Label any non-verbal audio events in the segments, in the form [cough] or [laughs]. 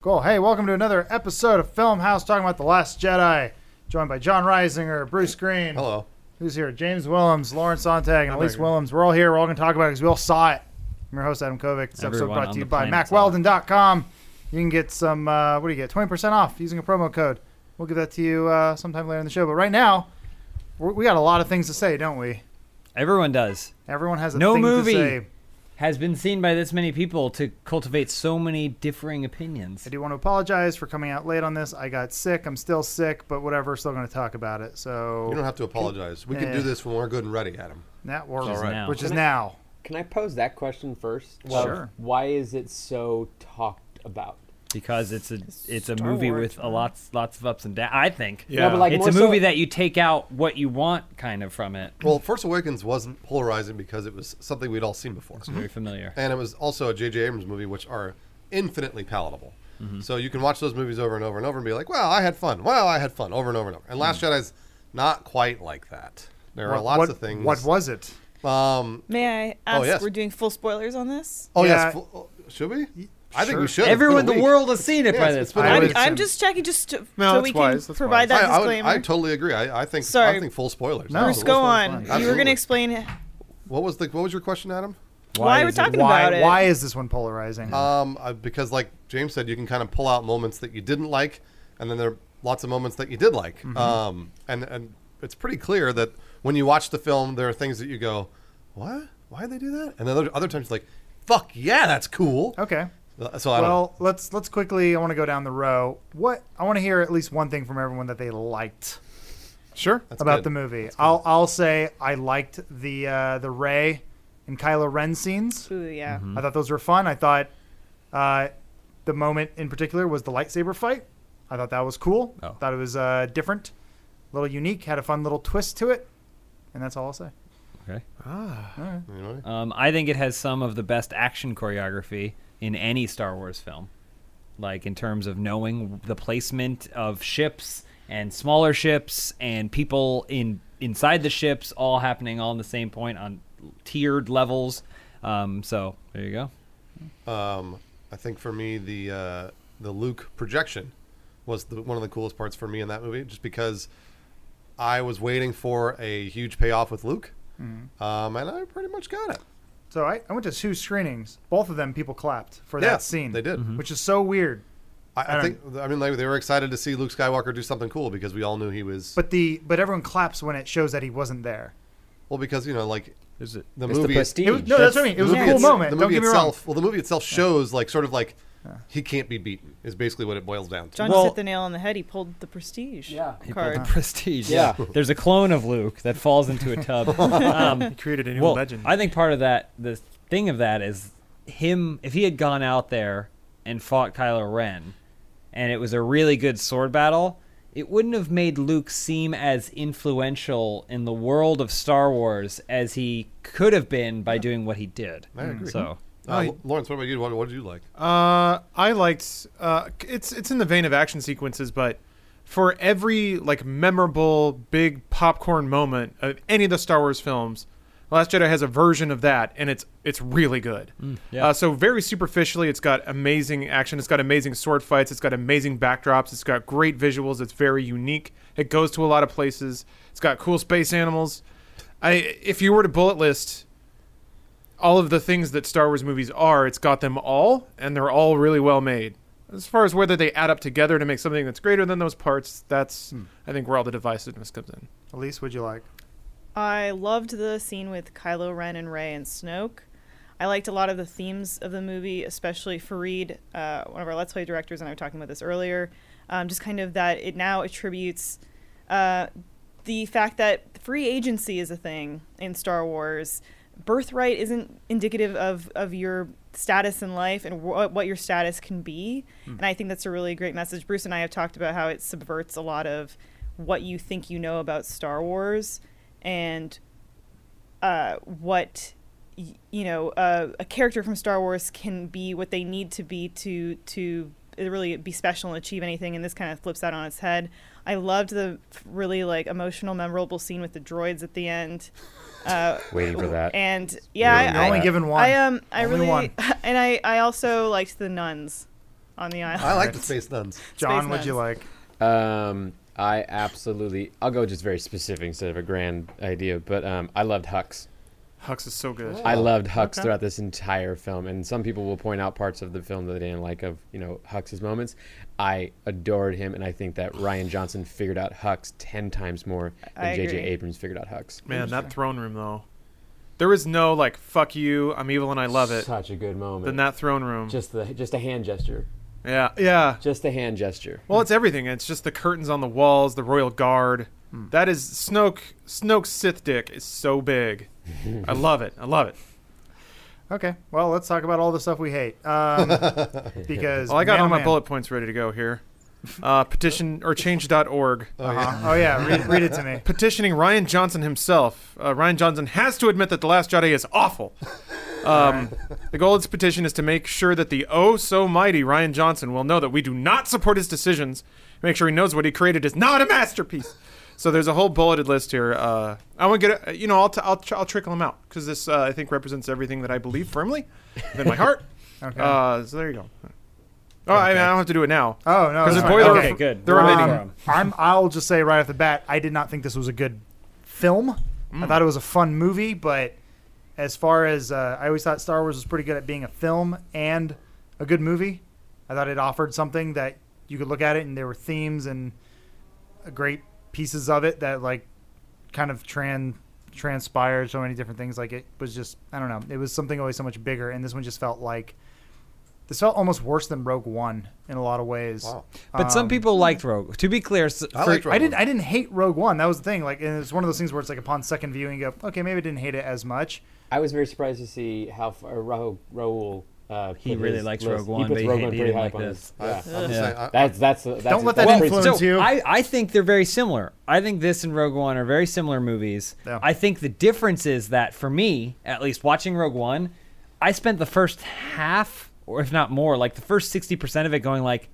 Cool. Hey, welcome to another episode of Film House talking about The Last Jedi. Joined by John Reisinger, Bruce Green. Hello. Who's here? James Willems, Lawrence Sontag, and I'm Elise here. Willems. We're all here. We're all going to talk about it because we all saw it. I'm your host, Adam Kovic. This episode Everyone brought on to you the by planet saw it. macweldon.com. You can get some, uh, what do you get? 20% off using a promo code. We'll give that to you uh, sometime later in the show. But right now, we're, we got a lot of things to say, don't we? Everyone does. Everyone has a No thing movie. to say. Has been seen by this many people to cultivate so many differing opinions. I do want to apologize for coming out late on this. I got sick. I'm still sick, but whatever. Still going to talk about it. So Eh. You don't have to apologize. We can Oh. Yeah. do this when we're good and ready, Adam. That works, Which is Alright. now. which is now. Can I pose that question first? Well, Of Sure. Why is it so talked [laughs] about? Because it's a it's a Star movie Wars, with a lots lots of ups and downs. I think. Yeah. No, but like it's more a so- movie that you take out what you want kind of from it. Well, Force Awakens wasn't polarizing because it was something we'd all seen before. Very familiar. And it was also a J.J. Abrams movie, which are infinitely palatable. Mm-hmm. So you can watch those movies over and over and over and be like, wow, I had fun. Wow, I had fun. Over and over and over. And Last Mm-hmm. Jedi's not quite like that. There are What- lots what- of things. What was it? Um, May I Oh, ask? yes. We're doing full spoilers on this. oh, Yeah. yes. fu- oh, Should we? I think we Sure. should. It's Everyone in been a the week. world has seen it Yeah, by it's- this it's been a I I'm, would I'm assume- just checking, just to, No, so that's we can wise, that's provide I, that I, would, disclaimer. I totally agree. I, I think I Sorry. think full spoilers. No. Bruce, Absolutely. go Full on. spoilers. You were going Absolutely. to explain h- What was the what was your question, Adam? why is we're it- talking Why? about it. Why is this one polarizing? Um, uh, because like James said, you can kind of pull out moments that you didn't like, and then there are lots of moments that you did like. Mm-hmm. Um, and and it's pretty clear that when you watch the film, there are things that you go, "What? Why did they do that?" And then other, other times, like, "Fuck yeah, that's cool." okay. Uh, So I don't. Well, let's let's quickly. I want to go down the row. What I want to hear at least one thing from everyone that they liked Sure. That's about good. the movie. I'll I'll say I liked the uh, the Ray and Kylo Ren scenes. Ooh, yeah. Mm-hmm. I thought those were fun. I thought uh, the moment in particular was the lightsaber fight. I thought that was cool. Oh. Thought it was uh, different, a little unique, had a fun little twist to it, and that's all [sighs] I'll say. Okay. ah, You know? Um, I think it has some of the best action choreography in any Star Wars film. Like in terms of knowing the placement of ships and smaller ships and people in inside the ships, all happening all in the same point on tiered levels. Um, so there you go. Um, I think for me, the uh, the Luke projection was the, one of the coolest parts for me in that movie, just because I was waiting for a huge payoff with Luke, Mm-hmm. um, and I pretty much got it. So I, I went to two screenings. Both of them, people clapped for Yeah, that scene. they did. Mhm. which is so weird. I, I Um, think I mean like, they were excited to see Luke Skywalker do something cool because we all knew he was But the but everyone claps when it shows that he wasn't there. well because you know like There's a, the It's movie the prestige. It was, no, that's, what I mean. It was a yeah, cool it's- moment. the Don't movie get me wrong. itself well the movie itself shows like sort of like he can't be beaten is basically what it boils down to. John Well- just hit the nail on the head. He pulled the prestige Yeah. He card. prestige. [laughs] Yeah. [laughs] There's a clone of Luke that falls into a tub. Um, He created a new well, legend. I think part of that, the thing of that is him, if he had gone out there and fought Kylo Ren and it was a really good sword battle, it wouldn't have made Luke seem as influential in the world of Star Wars as he could have been by doing what he did. I agree. So, Uh, I- Lawrence, what about you? What, what did you like? uh, I liked. Uh, c- it's it's in the vein of action sequences, but for every like memorable big popcorn moment of any of the Star Wars films, Last Jedi has a version of that, and it's it's really good. yeah. Uh, so very superficially, it's got amazing action. It's got amazing sword fights. It's got amazing backdrops. It's got great visuals. It's very unique. It goes to a lot of places. It's got cool space animals. I if you were to bullet list all of the things that Star Wars movies are, it's got them all, and they're all really well made. As far as whether they add up together to make something that's greater than those parts, that's I think where all the divisiveness comes in. Hmm. Elise, would you like? I loved the scene with Kylo Ren and Rey and Snoke. I liked a lot of the themes of the movie, especially Fareed, uh, one of our Let's Play directors, and I was talking about this earlier. Um, just kind of that it now attributes uh, the fact that free agency is a thing in Star Wars. Birthright isn't indicative of, of your status in life and wh- what your status can be. And I think that's a really great message. Bruce and I have talked about how it subverts a lot of what you think you know about Star Wars and uh, what y- you know uh, a character from Star Wars can be what they need to be to to really be special and achieve anything and this kind of flips that on its head. I loved the really like emotional memorable scene with the droids at the end. Uh, Waiting for that. and yeah, really I, You're only I- [laughs] given one. I um I Only really one. and I I also liked the nuns. on the island. I like the space nuns. John, Space what'd you like? Um, I absolutely. I'll go just very specific instead of a grand idea, but um, I loved Hux. Hux is so good. I loved Hux okay. throughout this entire film, and some people will point out parts of the film that they didn't like of you know Hux's moments. I adored him, and I think that Ryan Johnson figured out Hux ten times more I than J.J. agree. Abrams figured out Hux. Man, that throne room though. There was no like "fuck you," I'm evil and I love it. Such a good moment. Than that throne room. just the just a hand gesture. yeah, yeah. Just a hand gesture. Well, it's everything. It's just the curtains on the walls, the royal guard. That is Snoke. Snoke's Sith dick is so big. I love it. [laughs] I love it. Okay, well, let's talk about all the stuff we hate. Um, because Well, I got man, oh all my man. bullet points ready to go here. Uh, petition or change.org. Uh-huh. Oh yeah, read, read it to me. petitioning Ryan Johnson himself. Uh, Ryan Johnson has to admit that The Last Jedi is awful. Um, the goal of this petition is to make sure that the oh so mighty Ryan Johnson will know that we do not support his decisions. Make sure he knows what he created is not a masterpiece. So there's a whole bulleted list here. Uh, I want to get, a- you know, I'll, t- I'll, tr- I'll trickle them out because this uh, I think represents everything that I believe firmly within my heart. [laughs] Okay. Uh, so there you go. Oh, I, mean, I don't have to do it now. oh no, that's Because the fine. boiler, okay. good. the remaining Um, I'm. I'll just say right off the bat, I did not think this was a good film. I Mm. thought it was a fun movie, but as far as uh, I always thought, Star Wars was pretty good at being a film and a good movie. I thought it offered something that you could look at it, and there were themes and great pieces of it that like kind of tran transpired so many different things. Like it was just I don't know. It was something always so much bigger, and this one just felt like this felt almost worse than Rogue One in a lot of ways. Wow. But some Um, people liked Rogue. To be clear, s- I for- liked Rogue I didn't. One. I didn't hate Rogue One. That was the thing. Like, and it's one of those things where it's like upon second viewing, you go, okay, maybe I didn't hate it as much. I was very surprised to see how far Raul. Raul uh, He put really his likes list- Rogue he One, puts but he- Rogue One he pretty didn't high like up on his- I, I'm just saying, I- That's that's, that's Don't let that that's influence so you. I, I think they're very similar. I think this and Rogue One are very similar movies. Yeah. I think the difference is that for me, at least watching Rogue One, I spent the first half, or if not more, like the first sixty percent of it going like,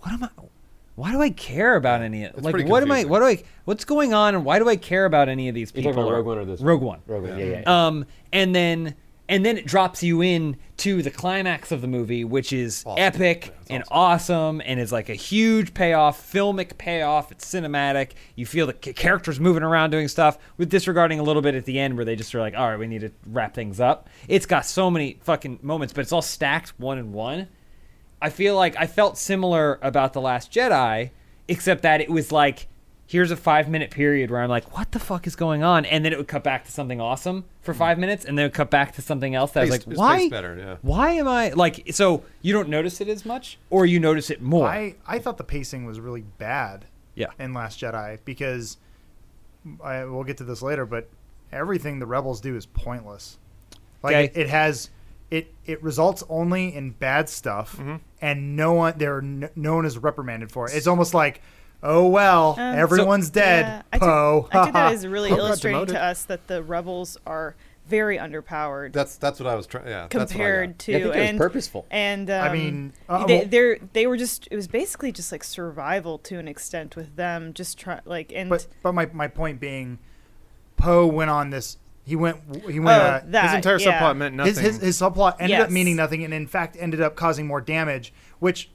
what am I? Why do I care about any of It's like pretty what am I confusing. what do I what's going on and why do I care about any of these You're people? talking about Rogue One or this? Rogue One. Rogue One. Yeah, yeah. Um, and then and then it drops you in to the climax of the movie, which is Awesome. epic and awesome, and is like a huge payoff, filmic payoff. It's cinematic. You feel the c- characters moving around doing stuff, with disregarding a little bit at the end where they just are like, all right, we need to wrap things up. It's got so many fucking moments, but it's all stacked one and one. I feel like I felt similar about The Last Jedi, except that it was like, here's a five minute period where I'm like, what the fuck is going on? And then it would cut back to something awesome for five minutes, and then it would cut back to something else that I was Paced- like, it's why? paced better, yeah. Why am I like, so you don't notice it as much, or you notice it more? I I thought the pacing was really bad. Yeah. In Last Jedi, because I we'll get to this later, but everything the rebels do is pointless. Like Okay. it, it has. It, it results only in bad stuff, Mm-hmm. and no one there no, no one is reprimanded for it. It's almost like, oh well, Um, so- everyone's Yeah, dead. I took, Poe. I [laughs] took that as really got illustrating to demoted. us that the rebels are very underpowered that's that's what I was trying. Yeah, that's what I got. compared to Yeah, I think it was and purposeful. And um, I mean, uh, they well- they're, they were just it was basically just like survival to an extent with them just try like and But but my, my point being, Poe went on this. He went he oh, went uh, that, His entire yeah. subplot meant nothing. his, his his subplot ended up Yes. meaning nothing, and in fact ended up causing more damage, which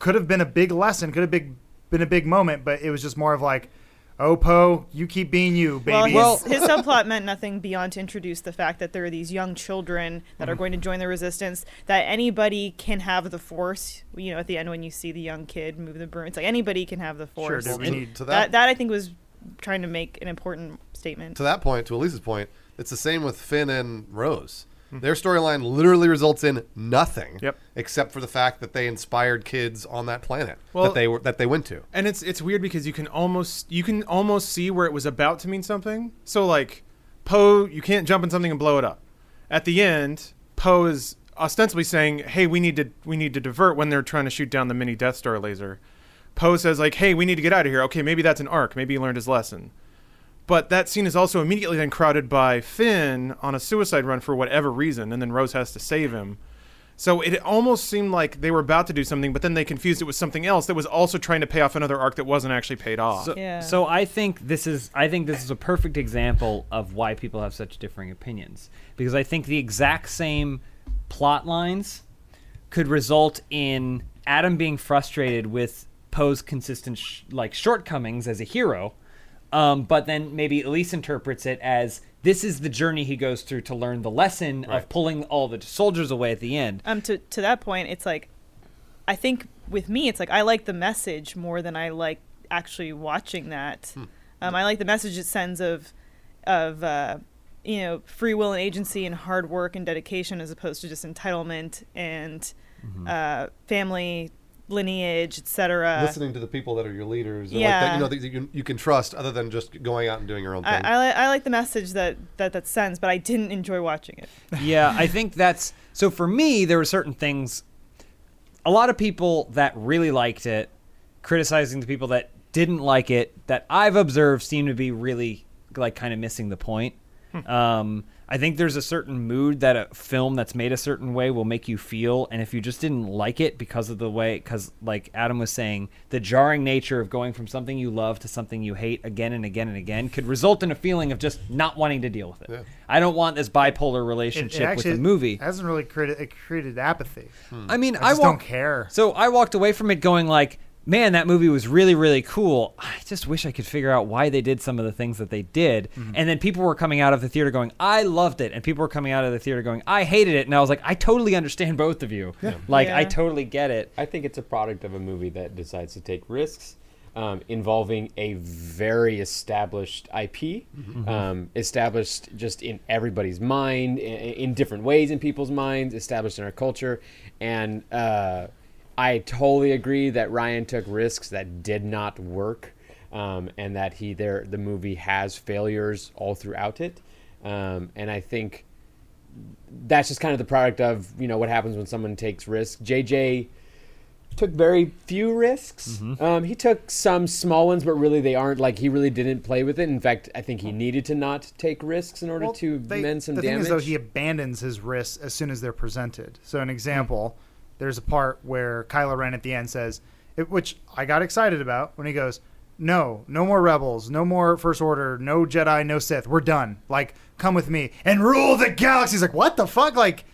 could have been a big lesson, could have big been a big moment, but it was just more of like, oh Poe, you keep being you, baby. Well, his, Well- [laughs] his [laughs] subplot meant nothing beyond to introduce the fact that there are these young children that Mm-hmm. are going to join the resistance. That anybody can have the force. You know, at the end when you see the young kid move the broom, it's like anybody can have the sure, force. dude, we To- need to that, that, that I think was trying to make an important statement. to that point, to Elise's point, it's the same with Finn and Rose. Hmm. Their storyline literally results in nothing, Yep. except for the fact that they inspired kids on that planet Well- that they were that they went to. and it's it's weird because you can almost you can almost see where it was about to mean something. So like Poe, you can't jump in something and blow it up. At the end, Poe is ostensibly saying, "Hey, we need to we need to divert when they're trying to shoot down the mini Death Star laser." Poe says like, "Hey, we need to get out of here." Okay, maybe that's an arc. Maybe he learned his lesson. But that scene is also immediately then crowded by Finn on a suicide run for whatever reason, and then Rose has to save him. So it almost seemed like they were about to do something, but then they confused it with something else that was also trying to pay off another arc that wasn't actually paid off. So, Yeah. so I think this is I think this is a perfect example of why people have such differing opinions because I think the exact same plot lines could result in Adam being frustrated with Poe's consistent sh- like shortcomings as a hero, um, but then maybe Elise interprets it as this is the journey he goes through to learn the lesson of pulling all the soldiers away at the end. um to to that point it's like i think with me it's like i like the message more than i like actually watching that um, i like the message it sends of of uh, you know free will and agency and hard work and dedication as opposed to just entitlement and uh, family lineage etc listening to the people that are your leaders, or like that, uh, Yeah. you know, that you, you can trust, other than just going out and doing your own thing. I, I, li- I like the message that, that that sends but i didn't enjoy watching it yeah, I think that's so. For me, there were certain things. A lot of people that really liked it, criticizing the people that didn't like it, that I've observed, seem to be really like kind of missing the point. um, I think there's a certain mood that a film that's made a certain way will make you feel, and if you just didn't like it because of the way, because like Adam was saying, the jarring nature of going from something you love to something you hate again and again and again could result in a feeling of just not wanting to deal with it. I don't want this bipolar relationship with the movie. hasn't really created it created apathy. Hmm. I mean, I just walk- don't care. So I walked away from it going like, man, that movie was really, really cool. I just wish I could figure out why they did some of the things that they did. Mm-hmm. And then people were coming out of the theater going, I loved it. And people were coming out of the theater going, I hated it. And I was like, I totally understand both of you. [laughs] Like, I Yeah. totally get it. I think it's a product of a movie that decides to take risks um, involving a very established IP, Mm-hmm. um, established just in everybody's mind, in, in different ways in people's minds, established in our culture. And uh, I totally agree that Ryan took risks that did not work. Um, and that he there the movie has failures all throughout it, um, and I think that's just kind of the product of you know what happens when someone takes risks. JJ took very few risks. Um, he took some small ones, but really they aren't like he really didn't play with it. In fact, I think he needed to not take risks in order Well, to they- mend some the damage. Hmm. thing is, though, he abandons his risks as soon as they're presented. So, an example, there's a part where Kylo Ren at the end says, it, which I got excited about when he goes, "No, no more rebels, no more First Order, no Jedi, no Sith. We're done. Like, come with me and rule the galaxy." He's like, "What the fuck?" Like,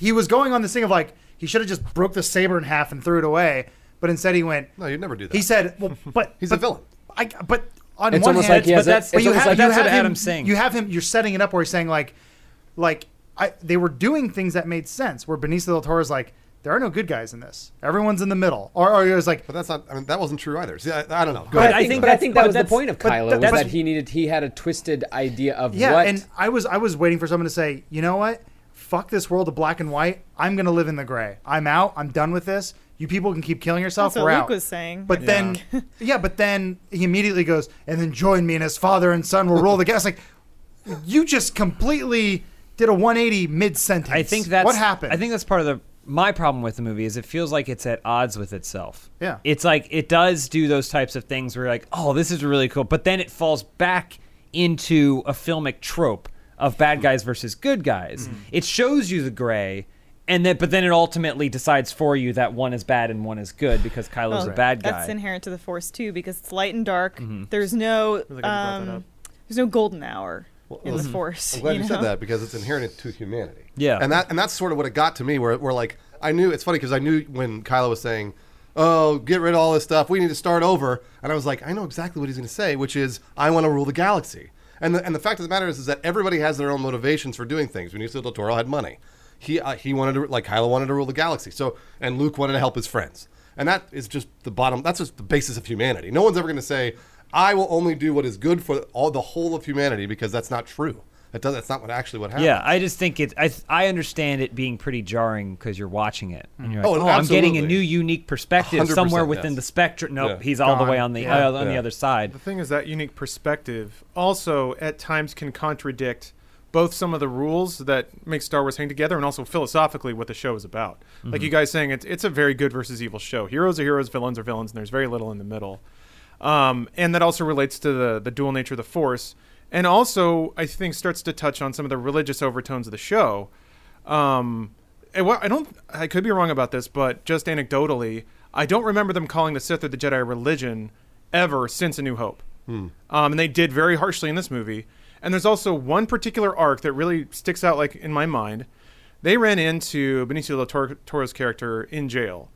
he was going on this thing of like he should have just broke the saber in half and threw it away, but instead he went. no, you'd never do that. He said, [laughs] "Well, but He's but, a villain. I but on It's one almost hand, like he has but a- that's but it's you almost have, like you that's have what him, Adam's saying. You have him. You're setting it up where he's saying like, like I, they were doing things that made sense. Where Benicio del Toro's like, there are no good guys in this. Everyone's in the middle. Or, or it was like, But that's not. I mean, that wasn't true either. See, I, I don't know. Go But ahead. I think, but I that's- think that but was the that's- point of but Kylo that- was that's- that he needed he had a twisted idea of yeah. what And I was I was waiting for someone to say, you know what? Fuck this world of black and white. I'm gonna live in the gray. I'm out. I'm done with this. You people can keep killing yourself. That's what We're Luke out. was saying. But then, yeah, but then he immediately goes, and then join me, and his father and son will roll the gas. Like, you just completely did a 180 mid sentence. I think that's what happened. I think that's part of the my problem with the movie is it feels like it's at odds with itself. Yeah. it's like it does do those types of things where you're like, oh, this is really cool, but then it falls back into a filmic trope of bad guys versus good guys. Mm-hmm. It shows you the gray. And then, but then it ultimately decides for you that one is bad and one is good because Kylo's Oh, Well, a bad guy. Mm-hmm. That's inherent to the Force too, because it's light and dark. There's no glad you brought that um, up. there's no golden hour in mm-hmm. the Force. I'm glad you, know? said that because it's inherent to humanity. Yeah. and that and that's sort of what it got to me. Where where like I knew it's funny because I knew when Kylo was saying, "Oh, get rid of all this stuff. We need to start over," and I was like, I know exactly what he's going to say, which is, "I want to rule the galaxy." And the, and the fact of the matter is, is that everybody has their own motivations for doing things. Benicio del Toro had money. He uh, he wanted to like Kylo wanted to rule the galaxy. So and Luke wanted to help his friends. And that is just the bottom. That's just the basis of humanity. No one's ever going to say, "I will only do what is good for all the whole of humanity," because that's not true. That does. That's not what actually what happened. Yeah, I just think it. I I understand it being pretty jarring because you're watching it and you're like, Oh, oh, I'm getting a absolutely. new unique perspective 100%, somewhere within yes. the spectrum. No, Yeah. he's all the Gone. way on the Yeah. uh, on the Yeah. other side. The thing is that unique perspective also at times can contradict both some of the rules that make Star Wars hang together and also philosophically what the show is about. Mm-hmm. Like you guys saying it's it's a very good versus evil show. Heroes are heroes, villains are villains, and there's very little in the middle. Um, and that also relates to the the dual nature of the force. And also I think starts to touch on some of the religious overtones of the show. Um, eh, well, I don't. I could be wrong about this, but just anecdotally, I don't remember them calling the Sith or the Jedi a religion ever since A New Hope. Hmm. Um, and they did very harshly in this movie. And there's also one particular arc that really sticks out, like in my mind. They ran into Benicio del Tor- Toro's character in jail,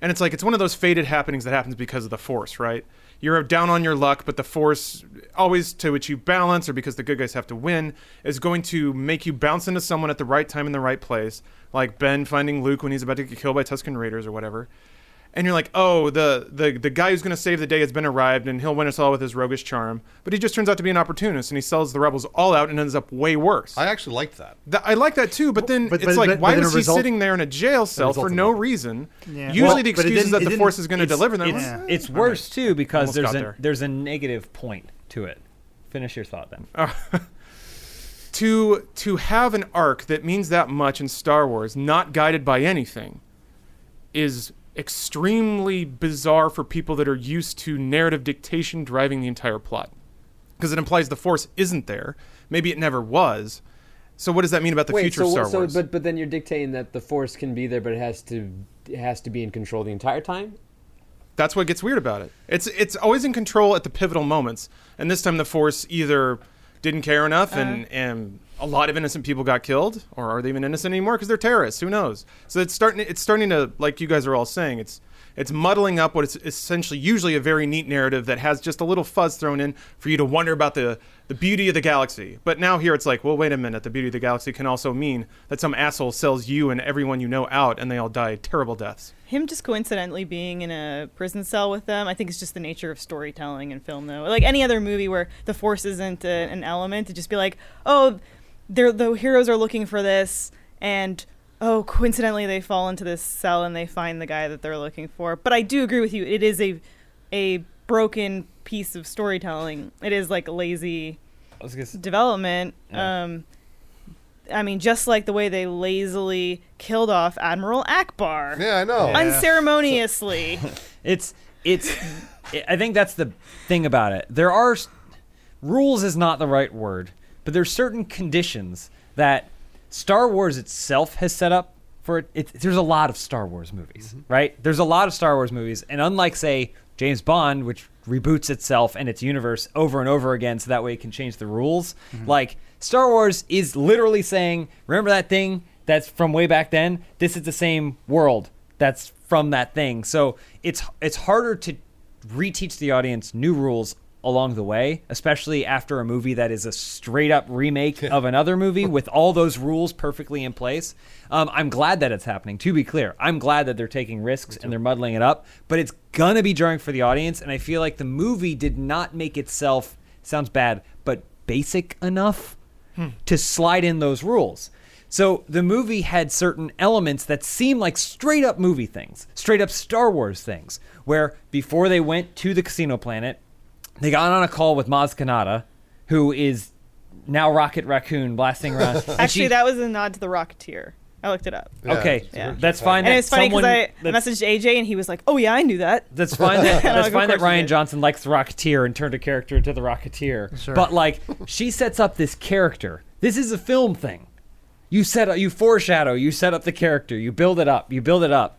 And it's like it's one of those fated happenings that happens because of the force, right? You're down on your luck, but the force always to achieve balance or because the good guys have to win is going to make you bounce into someone at the right time in the right place, like Ben finding Luke when he's about to get killed by Tusken Raiders or whatever and you're like, oh, the the the guy who's going to save the day has been arrived, and he'll win us all with his roguish charm. But he just turns out to be an opportunist, and he sells the rebels all out, and ends up way worse. I actually liked that. Th- I like that too, but then But- it's but- like, but- why but then a was he result- sitting there in a jail cell for result of no that. reason? Yeah. Usually, Well, the but it excuse is didn't- that it the didn't- force is going to it's- deliver them. It's, Yeah. it's worse too because Almost there's got a there. there's a negative point to it. Finish your thought then. [laughs] [laughs] to to have an arc that means that much in Star Wars, not guided by anything, is extremely bizarre for people that are used to narrative dictation driving the entire plot. Because it implies the Force isn't there. Maybe it never was. So what does that mean about the future so, of Star so Wars? but but then you're dictating that the force can be there, but it has to it has to be in control the entire time. That's what gets weird about it. It's it's always in control at the pivotal moments, and this time the Force either didn't care enough, and and a lot of innocent people got killed, or are they even innocent anymore because they're terrorists? Who knows? So it's starting it's starting to like you guys are all saying it's it's muddling up what is essentially usually a very neat narrative that has just a little fuzz thrown in for you to wonder about the the beauty of the galaxy. But now here it's like, well, wait a minute, the beauty of the galaxy can also mean that some asshole sells you and everyone you know out, and they all die terrible deaths. Him just coincidentally being in a prison cell with them, I think it's just the nature of storytelling and film, though. Like any other movie where the force isn't a, an element, to just be like, oh, they're, the heroes are looking for this, and oh, coincidentally they fall into this cell and they find the guy that they're looking for. But I do agree with you; it is a a broken piece of storytelling. It is like lazy I was gonna say, development. Yeah. Um, I mean, just like the way they lazily killed off Admiral Akbar Yeah, I know. Yeah. [laughs] unceremoniously. it's it's. I think that's the thing about it. There are s- rules is not the right word, but there's certain conditions that Star Wars itself has set up for it. it there's a lot of Star Wars movies, Mm-hmm. right? There's a lot of Star Wars movies, and unlike say James Bond, which reboots itself and its universe over and over again, so that way it can change the rules. Mm-hmm. Like Star Wars is literally saying, "Remember that thing that's from way back then? This is the same world that's from that thing." So it's it's harder to reteach the audience new rules along the way, especially after a movie that is a straight up remake of another movie with all those rules perfectly in place. Um, I'm glad that it's happening, to be clear. I'm glad that they're taking risks and they're muddling it up, but it's going to be jarring for the audience. And I feel like the movie did not make itself, sounds bad, but basic enough to slide in those rules. So the movie had certain elements that seem like straight up movie things, straight up Star Wars things, where before they went to the casino planet, they got on a call with Maz Kanata, who is now Rocket Raccoon [laughs] blasting around. And Actually, she- that was a nod to The Rocketeer. I looked it up. Yeah, okay, it's a weird that's choice. fine. And that it's funny because someone- I that's- messaged AJ and he was like, oh, yeah, I knew that. That's [laughs] fine. That, that's Of fine that course you Ryan did. Johnson likes the Rocketeer and turned a character into the Rocketeer. But like, she sets up this character. This is a film thing. You set up, you foreshadow, you set up the character, you build it up, you build it up,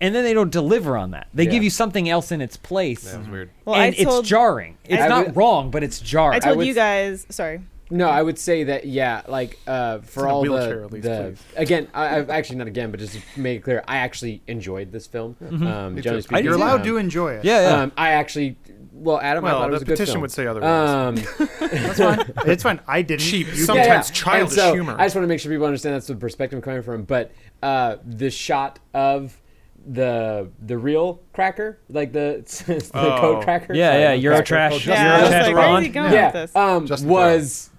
and then they don't deliver on that. They give you something else in its place. That was weird. Well, and I told, it's jarring. It's I not would- wrong, but it's jarring. I told would- you guys, sorry. No, I would say that yeah, like uh, for in a all wheelchair, the, at least, the please. again, I, I've actually not again, but just to make it clear, I actually enjoyed this film. Um, generally too. I speaking, Mm-hmm. You're allowed to um, enjoy it. yeah, yeah. Um, I actually, well, Adam, I Well, thought it the was a good petition film. would say otherwise. Um, That's fine. It's fine. I didn't. Cheap, You- sometimes And childish so, humor. I just want to make sure people understand that's the perspective I'm coming from. But uh, the shot of the the real cracker, like the, [laughs] it's the Oh. code cracker. yeah, sorry, yeah. not You're a cracker. trash. Yeah, You're I a was trash like, where is Ron. he going yeah, with this? um, Justin was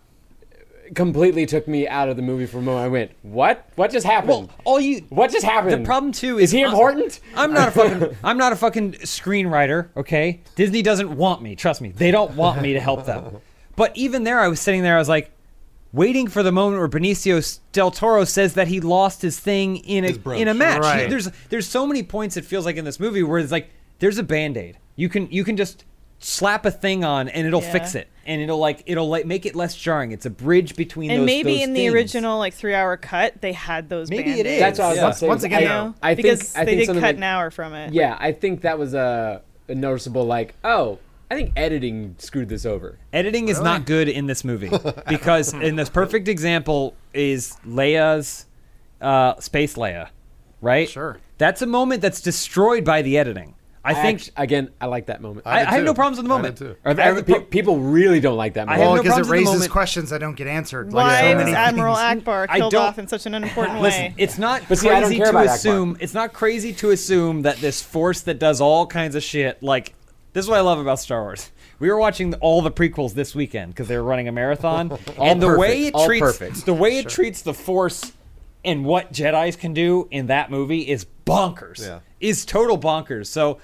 completely took me out of the movie for a moment. I went, what? What just happened? Well, all you. what just happened? The problem too is is he I- important? I'm not a fucking I'm not a fucking screenwriter, okay? Disney doesn't want me, trust me. They don't want me to help them. But even there I was sitting there I was like waiting for the moment where Benicio del Toro says that he lost his thing in His a brooch. in a match. Right. There's there's so many points it feels like in this movie where it's like there's a band-aid. You can you can just slap a thing on and it'll Yeah. fix it and it'll like it'll like make it less jarring. It's a bridge between And those maybe those in the things. original like three hour cut, they had those Maybe it Band-Aids, is. That's what I was Yeah. about to say. Once again, you I- know? I think because I they think did something cut like- an hour from it. Yeah, I think that was a, a noticeable like, oh, I think editing screwed this over. Editing is not good in this movie Hmm. because, in this perfect example, is Leia's uh, space Leia right? Sure. That's a moment that's destroyed by the editing. I, think act- again, I like that moment. I, did I have no too. problems with the I moment. did too. Or the- Every- pe- people really don't like that I moment. have Well, no because problems it at the raises moment. questions that don't get answered. Why like so is many Admiral things. Akbar [laughs] I killed don't- off in such an unimportant Listen, way? it's not But see, I don't crazy care to about Akbar. assume. It's not crazy to assume that this force that does all kinds of shit, like this is what I love about Star Wars. We were watching all the prequels this weekend because they were running a marathon, [laughs] and the way perfect, it [laughs] all treats perfect. the way it treats the force and what Jedi's can do in that movie is bonkers. Yeah. Is total bonkers. So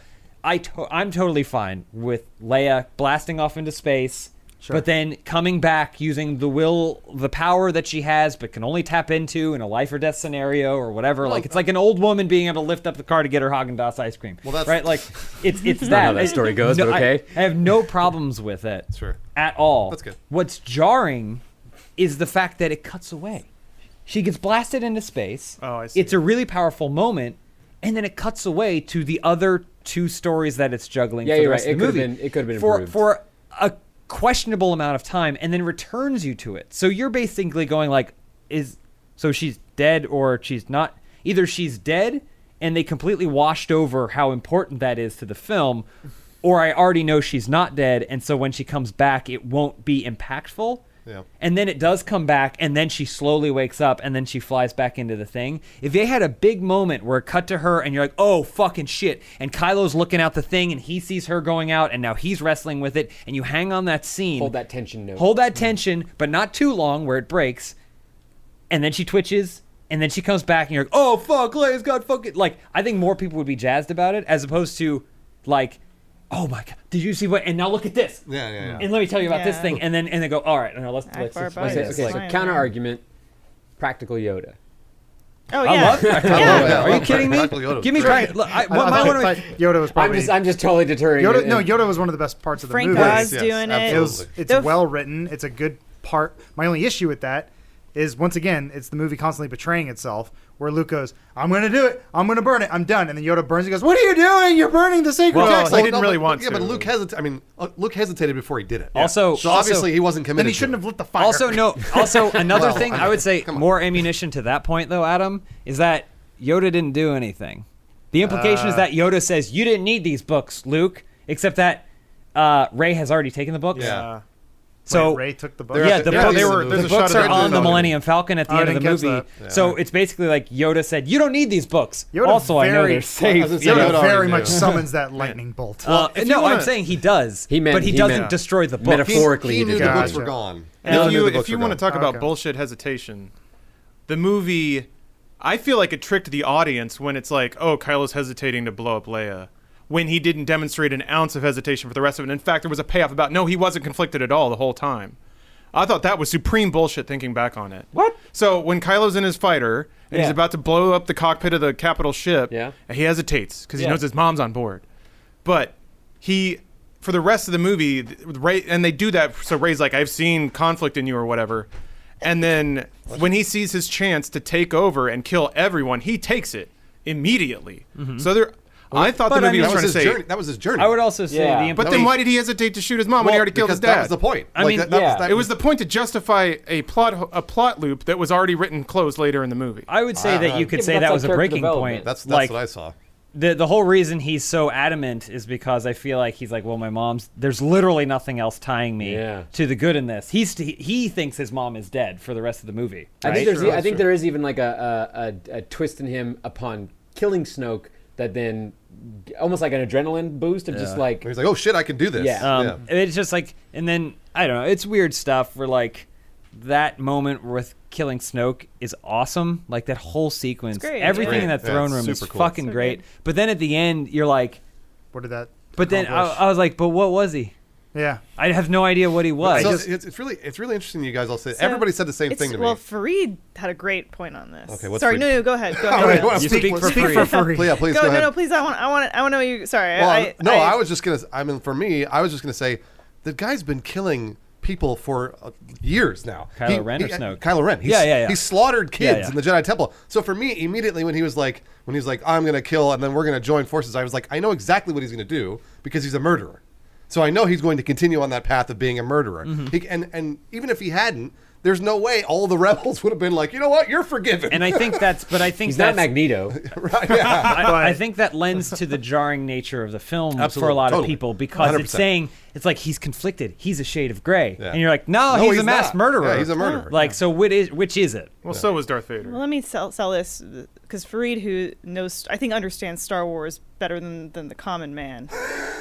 I to- I'm totally fine with Leia blasting off into space. But then coming back using the will, the power that she has, but can only tap into in a life or death scenario or whatever. uh, like it's like an old woman being able to lift up the car to get her Haagen Dazs ice cream. Well, that's- right. Like [laughs] it's it's that. not how that story goes, No, but I- okay. I, have no problems with it. Sure. At all. That's good. What's jarring is the fact that it cuts away. She gets blasted into space. Oh, I see. It's a really powerful moment, and then it cuts away to the other two stories that it's juggling Yeah, for the you're rest right. of the It could've movie. been- it could've been for improved. for a questionable amount of time, and then returns you to it. So you're basically going like, is so she's dead or she's not. Either she's dead, and they completely washed over how important that is to the film, or I already know she's not dead, and so when she comes back, it won't be impactful. Yeah. And then it does come back, and then she slowly wakes up, and then she flies back into the thing. If they had a big moment where it cut to her, and you're like, oh, fucking shit, and Kylo's looking out the thing, and he sees her going out, and now he's wrestling with it, and you hang on that scene. Hold that tension note. Hold that tension, but not too long where it breaks, and then she twitches, and then she comes back, and you're like, oh, fuck, Leia's got fucking. Like, I think more people would be jazzed about it, as opposed to, like, oh my god, did you see what? And now look at this. Yeah, yeah, yeah. And let me tell you about this Yeah. thing, and then and they go, all right, no, let's let's, Akbar let's, Bhatt Okay, is okay, so fine. counter argument, practical Yoda. oh I yeah, love Practical Yeah. Yoda. Yeah, I Are you love kidding me? Practical Yoda. Give me Sure. practical. Look, I, I, what- my I, one of I, my- thought Yoda was I'm probably just I'm just totally deterring. Yoda. it No, and- Yoda was one of the best parts of the Frank movie. Oz Yes, yes, doing it. It was, Absolutely. it's The f- well written. It's a good part. My only issue with that is once again, it's the movie constantly betraying itself. Where Luke goes, "I'm going to do it. I'm going to burn it. I'm done." And then Yoda burns. it. He goes, "What are you doing? You're burning the sacred Well, text." he Like, didn't really but, want yeah, but to. Luke hesitated. I mean, uh, Luke hesitated before he did it. Also- so also- obviously he wasn't committed. then he to shouldn't it. have lit the fire. also [laughs] no. Also [laughs] another Well, thing I I would say come on. more ammunition to that point though, Adam, is that Yoda didn't do anything. The implication is Uh, that Yoda says you didn't need these books, Luke, except that uh, Ray has already taken the books. Yeah. Uh, So Ray took the book. They're yeah, at the, the- they're at book- the end of the the movie. books There's are a shot on of the Ray Millennium Falcon at the Oh, I end of the didn't catch movie. So it's basically like Yoda said, "You don't need these books." Yoda also, I know very- [laughs] they're safe. I was you gonna know? say, Yoda Yoda very already much knew. summons that lightning bolt. Uh, if no, you wanna- I'm saying he does. He meant- but he, he doesn't meant- destroy the book. He- Metaphorically, he knew the did. books were Gotcha. gone. And if He knew you, the if books you were want to gone. talk about Okay. bullshit hesitation, the movie, I feel like it tricked the audience when it's like, oh, Kylo's hesitating to blow up Leia, when he didn't demonstrate an ounce of hesitation for the rest of it. In fact, there was a payoff about no, he wasn't conflicted at all the whole time. I thought that was supreme bullshit thinking back on it. What? So when Kylo's in his fighter and he's Yeah. about to blow up the cockpit of the capital ship, Yeah. and he hesitates because he Yeah. knows his mom's on board. But he, for the rest of the movie, th- Ray, and they do that. So Ray's like, I've seen conflict in you or whatever. And then when he sees his chance to take over and kill everyone, he takes it immediately. Mm-hmm. So there, I thought the but I movie mean- That was was trying to his say, journey. That was his journey. I would also say Yeah. the But but implication. then why did he hesitate to shoot his mom Well, when he already killed because his dad? That was the point. I Like, mean, that, that yeah. was, that, It was the point to justify a plot ho- a plot loop that was already written closed later in the movie. I would say that you could Yeah, but say that's that like was a character breaking development. point. Ah. That's that's like, what I saw. the the whole reason he's so adamant is because I feel like he's like, well, my mom's there's literally nothing else tying me Yeah. to the good in this. He's he, he thinks his mom is dead for the rest of the movie. I think right? there's e, Sure, I that's think true. there is even like a, a, a, a twist in him upon killing Snoke that then almost like an adrenaline boost of just like He's like, oh shit, I can do this. Yeah. Um, yeah. It's just like, and then I don't know. It's weird stuff. Where like that moment with killing Snoke is awesome. Like that whole sequence, It's great, everything yeah. in that Yeah, throne it's room is super cool. fucking So great. good. But then at the end, you're like, What did that? but then I, accomplish? I was like, but what was he? yeah, I have no idea what he was. So it's, it's really it's really interesting. You guys all say So everybody said the same it's- thing to Well, me. Fareed had a great point on this. Okay, what's sorry, Fareed- no, no, go ahead. Go ahead. [laughs] All right, go well, ahead. You speak for free. for free. Yeah, please Go, go no, ahead. no, please. I want, I want, I want to know you. Sorry, Well, I, no, I, was just gonna. I mean, for me, I was just gonna say, the guy's been killing people for uh, years now. uh, Kylo Ren or Snoke? Kylo Ren. He's, Yeah, yeah, yeah. He slaughtered kids yeah. in the Jedi Temple. So for me, immediately when he was like, when he's like, "Oh, I'm gonna kill, and then we're gonna join forces, I was like, I know exactly what he's gonna do because he's a Mm-hmm. murderer. So I know he's going to continue on that path of being a murderer. He, and and even if he hadn't. There's no way all the [laughs] rebels would have been like, you know what, you're forgiven. And I think that's, but I think He's not that's, Magneto. [laughs] right? Yeah. [laughs] I, I think that lends to the jarring nature of the film for Absolutely, a lot of totally, people because it's 100%. saying it's like he's conflicted, he's a shade of gray, Yeah. and you're like, no, No, he's, a he's mass not. murderer. Yeah, he's a murderer. Like, so which is which is it? Well, so was Darth Vader. Well, let me sell, sell this because Farid, who knows, I think understands Star Wars better than, than the common man.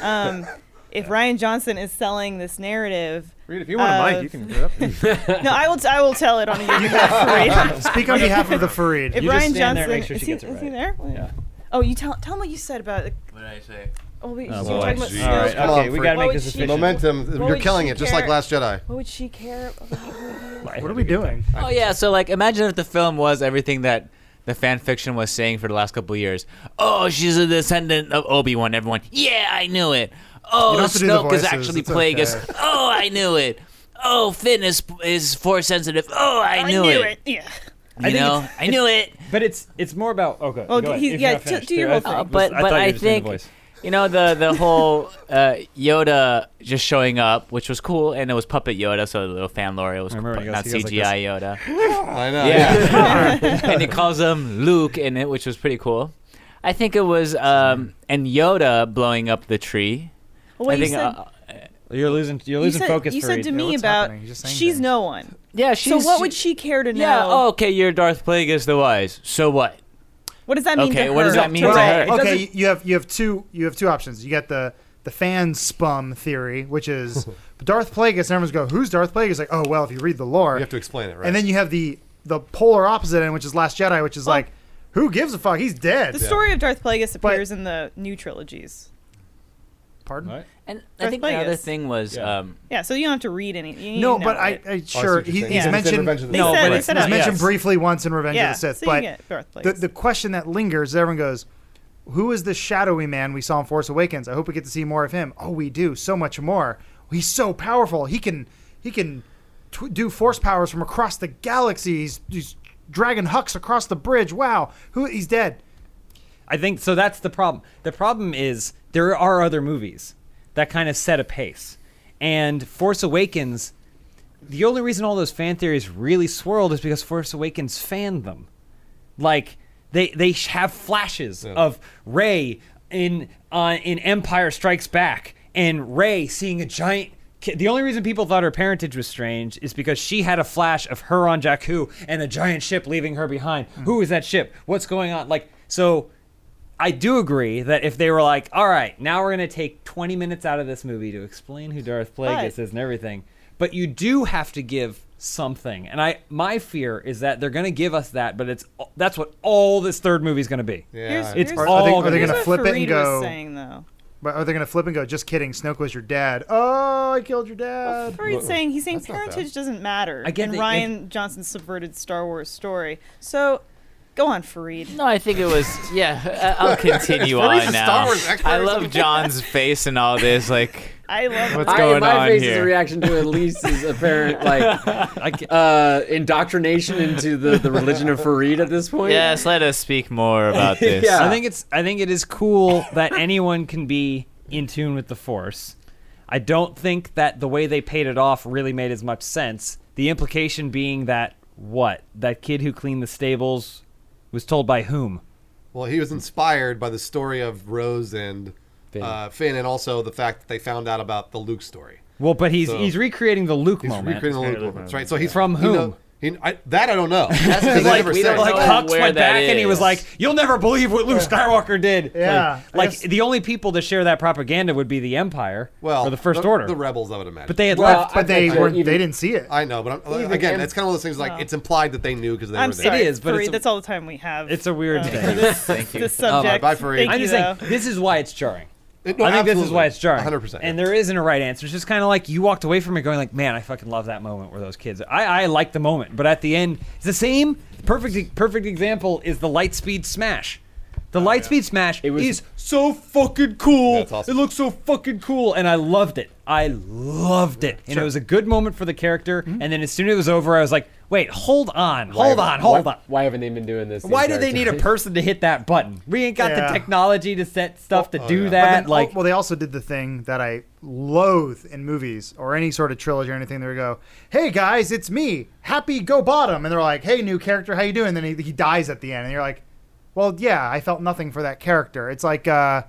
Um, if Ryan Johnson is selling this narrative, Reed, if you want a mic, Uh, you can get up. no, I will t- I will tell it on YouTube. Farid. Speak on behalf of the Farid. If You just Ryan stand Johnson there and make sure is, she he, gets it is he right. there? Oh, you tell tell him what you said about. it. What did I say? Oh, we, Oh, you boy. were talking about Jeez. Snoke. All right, Come okay, on, we Fre- gotta What make would this she- efficient. Momentum. What You're would killing she it, just like care- Last Jedi. What would she care? about? What are we doing? Oh yeah, so like imagine if the film was everything that the fan fiction was saying for the last couple of years. Oh, she's a descendant of Obi Wan. Everyone, yeah, I knew it. Oh, You don't have to do the Snoke is voices, actually it's playing us. okay. Oh, I knew it. Oh, Finn is, is force sensitive. Oh, I knew, it. Yeah. You think know, it's- I knew it. But it's it's more about okay. Oh, go ahead. he's- If you're yeah, not do- finished, do your I- whole thing. I but but I think you know the the whole uh, Yoda just showing up, which was cool, and it was puppet Yoda, so the little fan lore it was I remember when he not goes- he goes like CGI Yoda. [laughs] I know. Yeah. [laughs] and he calls him Luke in it, which was pretty cool. I think it was um, and Yoda blowing up the tree. Well, what I you think said, uh, you're losing you're you losing said, focus. you for said to me what's about happening? He's just saying she's things. no one. yeah, she's so what would she care to know? Yeah, oh, okay, you're Darth Plagueis the Wise. So what? what does that mean okay, to what her? does that mean To to Rey? her? It okay, you- you have you have two you have two options. You got the the fan spum theory, [laughs] which is Darth Plagueis. And everyone's go, who's Darth Plagueis? Like, oh well, if you read the lore, You have to explain it, right? and then you have the the polar opposite end, which is Last Jedi, which is like, who gives a fuck? He's dead. The story of Darth Plagueis appears in the new trilogies. Pardon? And I Darth think the other Plagueis. thing was Yeah. um, Yeah, so you don't have to read any. you No, know but I, it. I Oh, I see sure what you're he- saying. he's It's in mentioned. Revenge of the They Sith. said- but they it's- said It was it. mentioned Yes. briefly once in Revenge Yeah, of the Sith, so you but get Darth Plagueis. the, the question that lingers, everyone goes, "Who is this shadowy man we saw in Force Awakens? I hope we get to see more of him." Oh, we do so much more. He's so powerful. He can he can tw- do force powers from across the galaxy. He's, he's dragging hucks across the bridge. Wow, who he's dead. I think so. That's the problem. The problem is there are other movies that kind of set a pace, and Force Awakens. The only reason all those fan theories really swirled is because Force Awakens fanned them. Like they they sh- have flashes of Ray in uh, in Empire Strikes Back and Ray seeing a giant. Ki- the only reason people thought her parentage was strange is because she had a flash of her on Jakku and a giant ship leaving her behind. Who is that ship? What's going on? Like so. I do agree that if they were like, all right, now we're going to take 20 minutes out of this movie to explain who Darth Plagueis But- is and everything, but you do have to give something. And I my fear is that they're going to give us that, but it's that's what all this third movie is going to be. Here's- Yeah. It's here's- all here's gonna- Are they gonna what flip it and Fareed go- Was saying though, But are they gonna flip and go? Just kidding. Snoke was your dad. Oh, I killed your dad. Fareed's saying he's saying That's not bad. parentage doesn't matter. I get and that- Ryan Johnson subverted Star Wars story. So, go on, Fareed. No, I think it was. Yeah, [laughs] I- I'll continue Freddy's on a now. Star Wars expert I or love something. [laughs] John's face and all this. Like, I love. What's going my on face is here? a reaction to Elise's [laughs] apparent like uh, indoctrination into the, the religion of Farid at this point. yes, let us speak more [laughs] about this. Yeah. I think it's I think it is cool that anyone can be in tune with the force. I don't think that the way they paid it off really made as much sense. The implication being that what? That kid who cleaned the stables was told by whom? Well, he was inspired by the story of Rose and Finn, uh, Finn and also the fact that they found out about the Luke story. Well, but he's So- he's recreating the Luke He's moment. recreating the Luke moments, right? So he's From he know- whom? he- I- that I don't know. [laughs] That's the thing, they like, never we say. don't like know Hux where went that back and he was is. like, "You'll never believe what Luke Skywalker did." Yeah, like, I like, guess- the only people to share that propaganda would be the Empire well, or the First Order. the rebels. I would imagine, but they had Well, left. But they I- weren't. even- They didn't see it. I know, but I'm, Even again, in- it's kind of one of those things like it's implied that they knew because they I'm were there. sorry, It is, but Fareed, it's a- that's all the time we have. It's a weird um, [laughs] thing. for this, this subject. bye, Fareed. Thank I'm you, just saying though. this is why it's jarring. uh, It- no, I think this is absolutely. why it's jarring. 100%. And there isn't a right answer. It's just kind of like you walked away from it going like, "Man, I fucking love that moment where those kids." I I like the moment, but at the end, it's the same. Perfect perfect example is the Lightspeed smash. The Lightspeed Smash was- is so fucking cool. Oh, That's awesome. It looks so fucking cool, and I loved it. I loved it, and it was a good moment for the character. And then as soon as it was over, I was like, "Wait, hold on, hold on, hold why, on." Why haven't they been doing this? the Why do entire they need a time? person to hit that button? We ain't got Yeah. the technology to set stuff to do yeah. But that. then, like, oh, well, they also did the thing that I loathe in movies or any sort of trilogy or anything. They go, "Hey guys, it's me, Happy Go Bottom," and they're like, "Hey, new character, how you doing?" then he, he dies at the end, and you're like, "Well, yeah, I felt nothing for that character." It's like uh,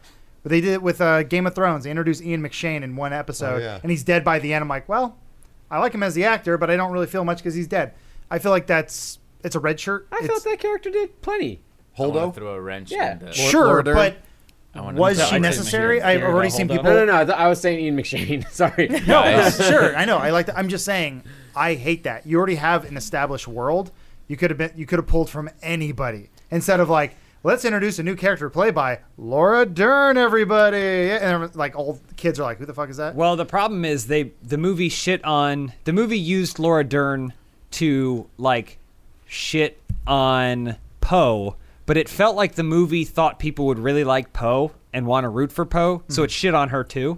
they did it with uh, Game of Thrones. They introduced Ian McShane in one episode, Oh, yeah. and he's dead by the end. I'm like, "Well, I like him as the actor, but I don't really feel much because he's dead." I feel like that's it's a red shirt. I It's- felt that character did plenty. I wanna Holdo. throw a wrench. Yeah. into- sure, Laura Dern? but I wanna was throw she a wrench necessary? into- I've already Hold seen on. people. No, no, no. I, th- I was saying Ian McShane. [laughs] [laughs] Sorry. no, Guys. sure, I know. I like. That. I'm just saying. I hate that. You already have an established world. You could have been. You could have pulled from anybody instead of like. Let's introduce a new character to play by Laura Dern, everybody. And everyone- like all the kids are like, "Who the fuck is that?" Well, the problem is they the movie shit on the movie used Laura Dern to like shit on Poe, but it felt like the movie thought people would really like Poe and want to root for Poe, so Hmm. it shit on her too.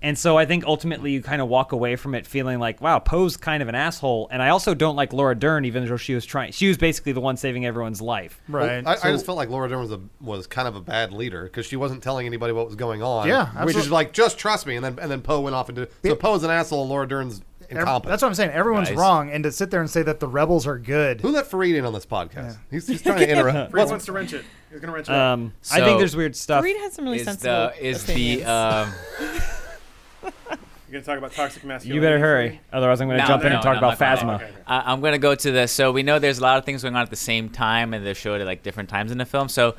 And so I think ultimately you kind of walk away from it feeling like, wow, Poe's kind of an asshole, and I also don't like Laura Dern, even though she was trying. She was basically the one saving everyone's life. right. I, I just felt like Laura Dern was a was kind of a bad leader because she wasn't telling anybody what was going on. Yeah, which is absolutely. like just trust me, and then and then Poe went off and did. So Poe's an asshole, and Laura Dern's Ev- incompetent. that's what I'm saying. Everyone's Guys. wrong, and to sit there and say that the rebels are good. Who let Farid in on this podcast? He's, he's trying to [laughs] interrupt. Freeze Well, wants to wrench it. He's gonna wrench it. out. Um, I think So- there's weird stuff. Reed had some really Is sensible the is the opinions. um, You're gonna talk about toxic masculinity. You better hurry, otherwise I'm going to No, jump in no, and talk no, I'm about not Phasma. gonna- Okay. I- I'm gonna go to the. So we know there's a lot of things going on at the same time, and they're showed at like different times in the film. So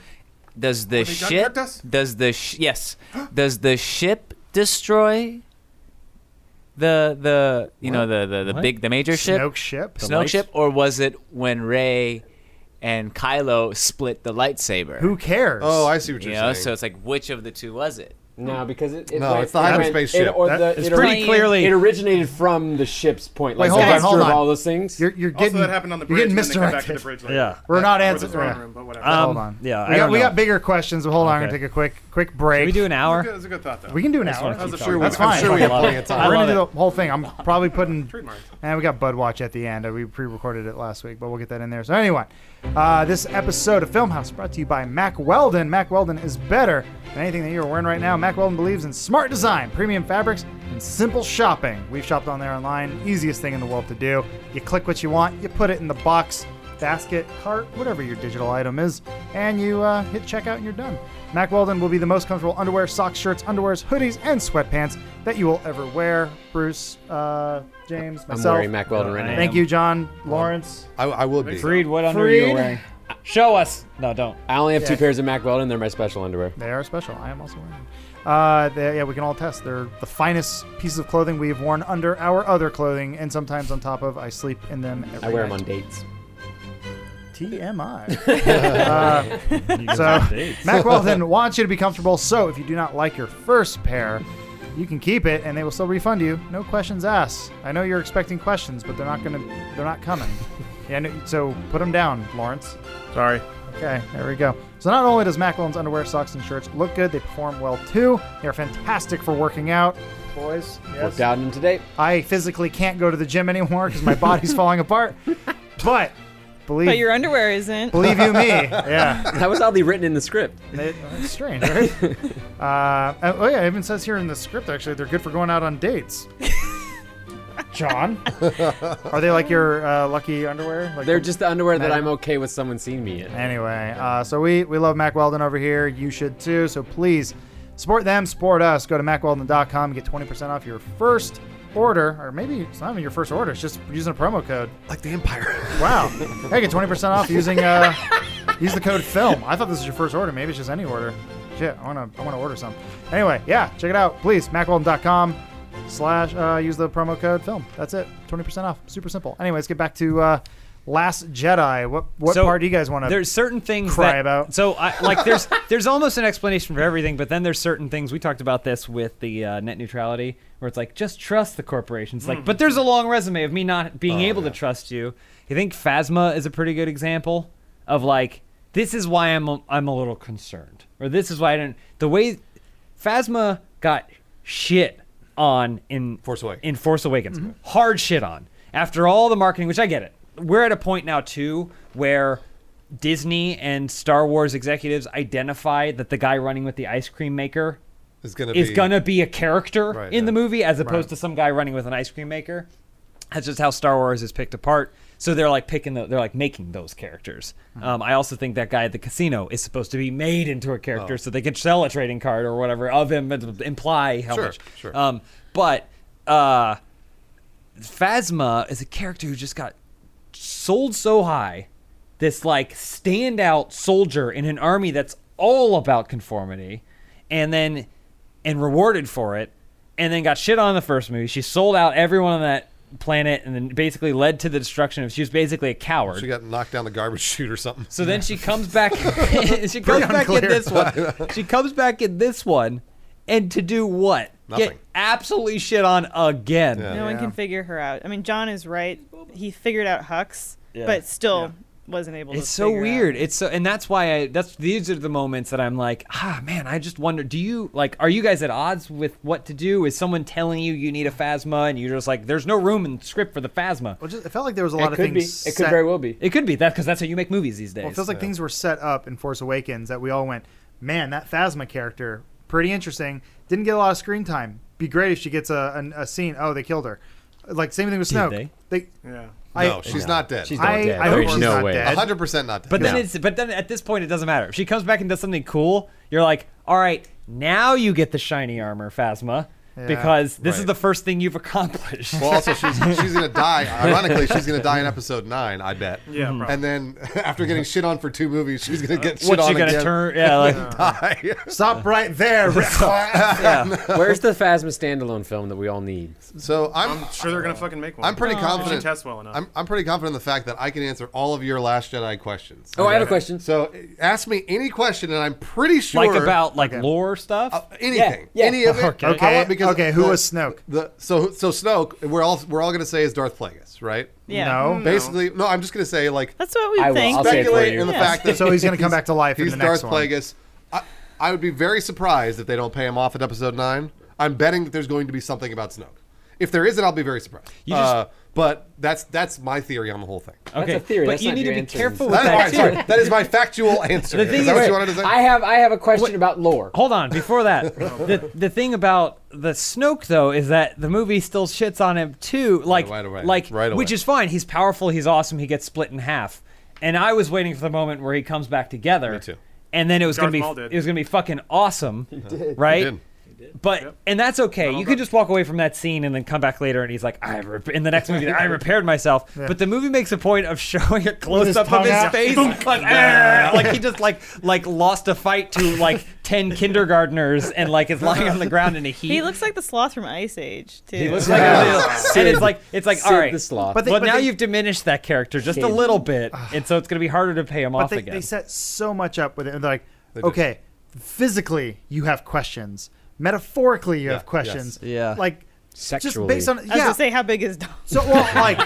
does the they ship? direct us? Does the sh- [gasps] yes? does the ship destroy the the you know the the, the What? big the major ship Snoke ship. Snoke lights- ship, or was it when Ray and Kylo split the lightsaber? Who cares? oh, I see what you you're know, saying. so it's like which of the two was it? [laughs] No, because it, it No, went- it's the it went- hyperspace it- ship. or That- the- it's it pretty originated- clearly- It originated from the ship's point. Like hold the on, mixture hold of on. all those things. You're, [laughs] you're Also, getting that happened on the you're bridge. getting and then they come back to misdirected. the bridge later. Yeah. We're not Or the answering. throne yeah. room, but whatever. Um, hold on. yeah, we I got don't we know. got bigger questions, but hold on. We're Okay. gonna take a quick quick break. Can we do an hour? That was a good thought, though. We can do an I just wanna hour. That was a keep sure talking. we, That's I'm fine. sure we have plenty of I We're time. love gonna do it. the whole thing. [laughs] I'm probably putting. Trademarked. And we got Bud Watch at the end. Uh, We pre-recorded it last week, but we'll get that in there. So anyway, uh, this episode of Film House brought to you by Mac Weldon. Mac Weldon is better than anything that you're wearing right now. Mac Weldon believes in smart design, premium fabrics, and simple shopping. We've shopped on there online. Easiest thing in the world to do. You click what you want. You put it in the box, basket, cart, whatever your digital item is, and you uh, hit checkout and you're done. Mac Weldon will be the most comfortable underwear, socks, shirts, underwears, hoodies, and sweatpants that you will ever wear. Bruce, uh, James, I'm myself. wearing Mac Weldon right now. Thank you, John Lawrence. I, I will be. Freed, what underwear you Freed? wearing? Show us. No, don't. I only have Yeah. two pairs of Mac Weldon. They're my special underwear. They are special. I am also wearing them. Uh, they, yeah, we can all test. They're the finest pieces of clothing we have worn under our other clothing, and sometimes on top of. I sleep in them. Every I wear them on night. dates. [laughs] TMI. uh, so, Mac [laughs] [laughs] Weldon wants you to be comfortable. So, if you do not like your first pair, you can keep it, and they will still refund you. No questions asked. I know you're expecting questions, but they're not gonna. They're not coming. Yeah. I know- So put them down, Lawrence. Sorry. Okay, there we go. So not only does Macwell's underwear, socks, and shirts look good, they perform well too. They're fantastic for working out. Boys, Worked out in them today. I physically can't go to the gym anymore because [laughs] my body's falling apart. But believe but your underwear isn't. believe [laughs] [laughs] you me, yeah, That was oddly written in the script. They- that's strange, right? [laughs] Uh, oh yeah, it even says here in the script actually they're good for going out on dates. [laughs] John, are they like your uh, lucky underwear? Like They're the- just the underwear that Mac- I'm okay with someone seeing me in. Anyway, uh, so we, we love Mac Weldon over here. You should too. So please support them, support us. Go to macweldon.com, get 20% off your first order, or maybe it's not even your first order, it's just using a promo code. Like the Empire. Wow. [laughs] hey, get 20% off using uh, use the code film. I thought this was your first order. Maybe it's just any order. Shit, I wanna I wanna order some. Anyway, yeah, check it out, please. MacWeldon.com slash uh, use the promo code film. That's it. 20% off. Super simple. Anyway, let's get back to uh, Last Jedi. What what So, part do you guys want to There's certain things cry that, about? So I, like [laughs] there's there's almost an explanation for everything, but then there's certain things we talked about this with the uh, net neutrality, where it's like just trust the corporations. Mm. Like, but there's a long resume Oh, of me not being able to trust you. You think Phasma is a pretty good example of like this is why I'm a, I'm a little concerned, or this is why I didn't. The way Phasma got shit on in Force Awakens. Mm-hmm. in Force Awakens, hard shit on after all the marketing, which I get it. We're at a point now too where Disney and Star Wars executives identify that the guy running with the ice cream maker It's gonna is be gonna be a character Right, in the yeah. movie as opposed to some guy running with an ice cream maker. That's just how Star Wars is picked apart. So they're like picking, the, they're like making those characters. Um, I also think that guy at the casino is supposed to be made into a character, so they could sell a trading card or whatever of him and imply how Sure, much. sure. Um, but uh, Phasma is a character who just got sold so high. This like standout soldier in an army that's all about conformity, and then and rewarded for it, and then got shit on in the first movie. She sold out everyone on that planet, and then basically led to the destruction of. She was basically a coward. She got knocked down the garbage [laughs] chute or something. So then she comes [laughs] back. she comes back in [laughs] unclear. this one. She comes back in this one, and to do what? Get Nothing. absolutely shit on again. Yeah. No one can figure her out. I mean, John is right. He figured out Hux, Yeah. but still wasn't able to. It's so figure out. weird. It's so, and that's why I. That's these are the moments that I'm like, ah, man. I just wonder. Do you like? Are you guys at odds with what to do? Is someone telling you you need a phasma, and you're just like, there's no room in script for the phasma? Well, just, it felt like there was a lot It of could be. things. It could set- very well be. It could be that because that's how you make movies these days. Well, it feels like things were set up in Force Awakens that we all went, man, that Phasma character, pretty interesting. Didn't get a lot of screen time. Be great if she gets a, a, a scene. Oh, they killed her. Like same thing with Did Snoke. they? Yeah. I, no, she's not dead. She's not I, dead. I hope There's she's no not way. dead. 100% not dead. But then No. it's but then at this point it doesn't matter. If she comes back and does something cool, you're like, all right, now you get the shiny armor, Phasma, because this is Right. the first thing you've accomplished. Well, also [laughs] she's she's gonna die. Ironically, she's gonna die in episode nine. I bet. Yeah, Mhm. probably. And then [laughs] after getting shit on for two movies, she's gonna get shit Mm-hmm. What on you gonna again. turn? [laughs] Yeah, like, [laughs] Die. Stop [laughs] right there. Rick. yeah. [laughs] Where's the Phasma standalone film that we all need? so I'm I'm sure they're gonna fucking make one. I'm pretty If confident. She tests well enough. I'm, I'm pretty confident in the fact that I can answer all of your Last Jedi questions. Oh, I have a question. So ask me any question, and I'm pretty sure Uh, like about like lore stuff. anything, Yeah, yeah. any of it. Okay. I Okay, want- okay, who was Snoke? The, so so Snoke, we're all we're all gonna say is Darth Plagueis, right? Yeah. Mm. No. Basically, no. I'm just gonna say like That's what we I will. think. I'll say it for speculate you. in the Yeah. fact that So he's gonna come back to life in He's the next Darth one. Plagueis. I, I would be very surprised if they don't pay him off at Episode Nine. I'm betting that there's going to be something about Snoke. If there isn't, I'll be very surprised. You just- uh, but that's that's my theory on the whole thing. Okay, a theory, but that's you not need to your be answer. careful with That- all that right, too. sorry. that is my factual [laughs] answer. The thing is that is- what you wanted to say? I have I have a question about lore. Hold on, [laughs] before that, the the thing about the Snoke though is that the movie still shits on him too, like right away, like right away. which is fine. He's powerful, he's awesome, he gets split in half. And I was waiting for the moment where he comes back together. Me too. And then it was Darth going Maul to be did. it was going to be fucking awesome, right? did. But and that's okay. You Maul could did. just walk away from that scene and then come back later and he's like, I rep-, in the [laughs] next movie I repaired myself. But the movie makes a point of [laughs] showing a close up of tongue his out. face, like, eh. "Arr!" like he just like like lost a fight to like ten kindergartners and like is lying on the ground in a heap. He looks like the sloth from Ice Age too. He looks like a real, and it's like it's like Sid all right. the sloth. But they- well, now they- you've diminished that character just a Sid. little bit, and so it's going to be harder to pay him But off they, again. they set so much up with it. And they're like, did. okay, physically you have questions. Metaphorically you Yeah, have questions. yes. Yeah. Like Sexually. just based on I was yeah. gonna say, how big is Dom? So well, [laughs] like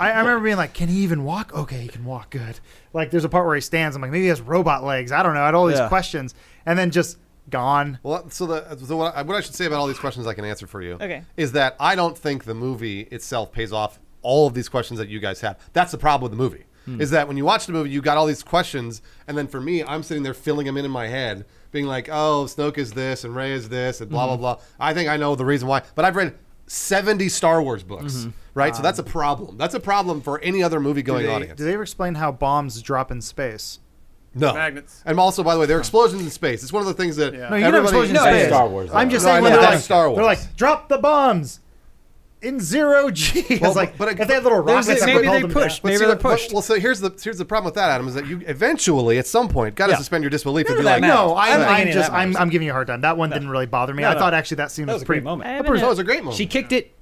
I, I remember being like, can he even walk? Okay, he can walk. Good. Like there's a part where he stands. I'm like, maybe he has robot legs. I don't know. I had all these Yeah. questions, and then just gone. Well, so the so what I, what I should say about all these questions I can answer for you Okay. is that I don't think the movie itself pays off all of these questions that you guys have. That's the problem with the movie. Hmm. Is that when you watch the movie, you got all these questions, and then for me, I'm sitting there filling them in in my head, being like, "Oh, Snoke is this, and Ray is this, and Hmm. blah blah blah." I think I know the reason why, but I've read 70 Star Wars books, Mm-hmm. right? Ah. so that's a problem. That's a problem for any other movie-going do, they, audience. do they ever explain how bombs drop in space? no Magnets. And also, by the way, there are explosions in space. It's one of the things that Yeah. No, you don't everybody- explosion in No, space. Star Wars, I'm though. just No, I saying when know, they're that's like, Star Wars. they're like, drop the bombs in zero G. [laughs] It's Well, like, but- but, but- they have little There's rockets. a- that maybe propel they them pushed. down. Maybe see, they're the- but- pushed. well, so here's the here's the problem with that, Adam, is that you eventually at some point got to Yeah. suspend your disbelief and None be of that like, matters. No, I don't I'm, think any I'm of just that matters. I'm, I'm giving you a hard time. That one didn't really bother me. No, I no. thought actually that scene that was was, a pretty. great moment. I that haven't, person uh, was a great moment. She kicked it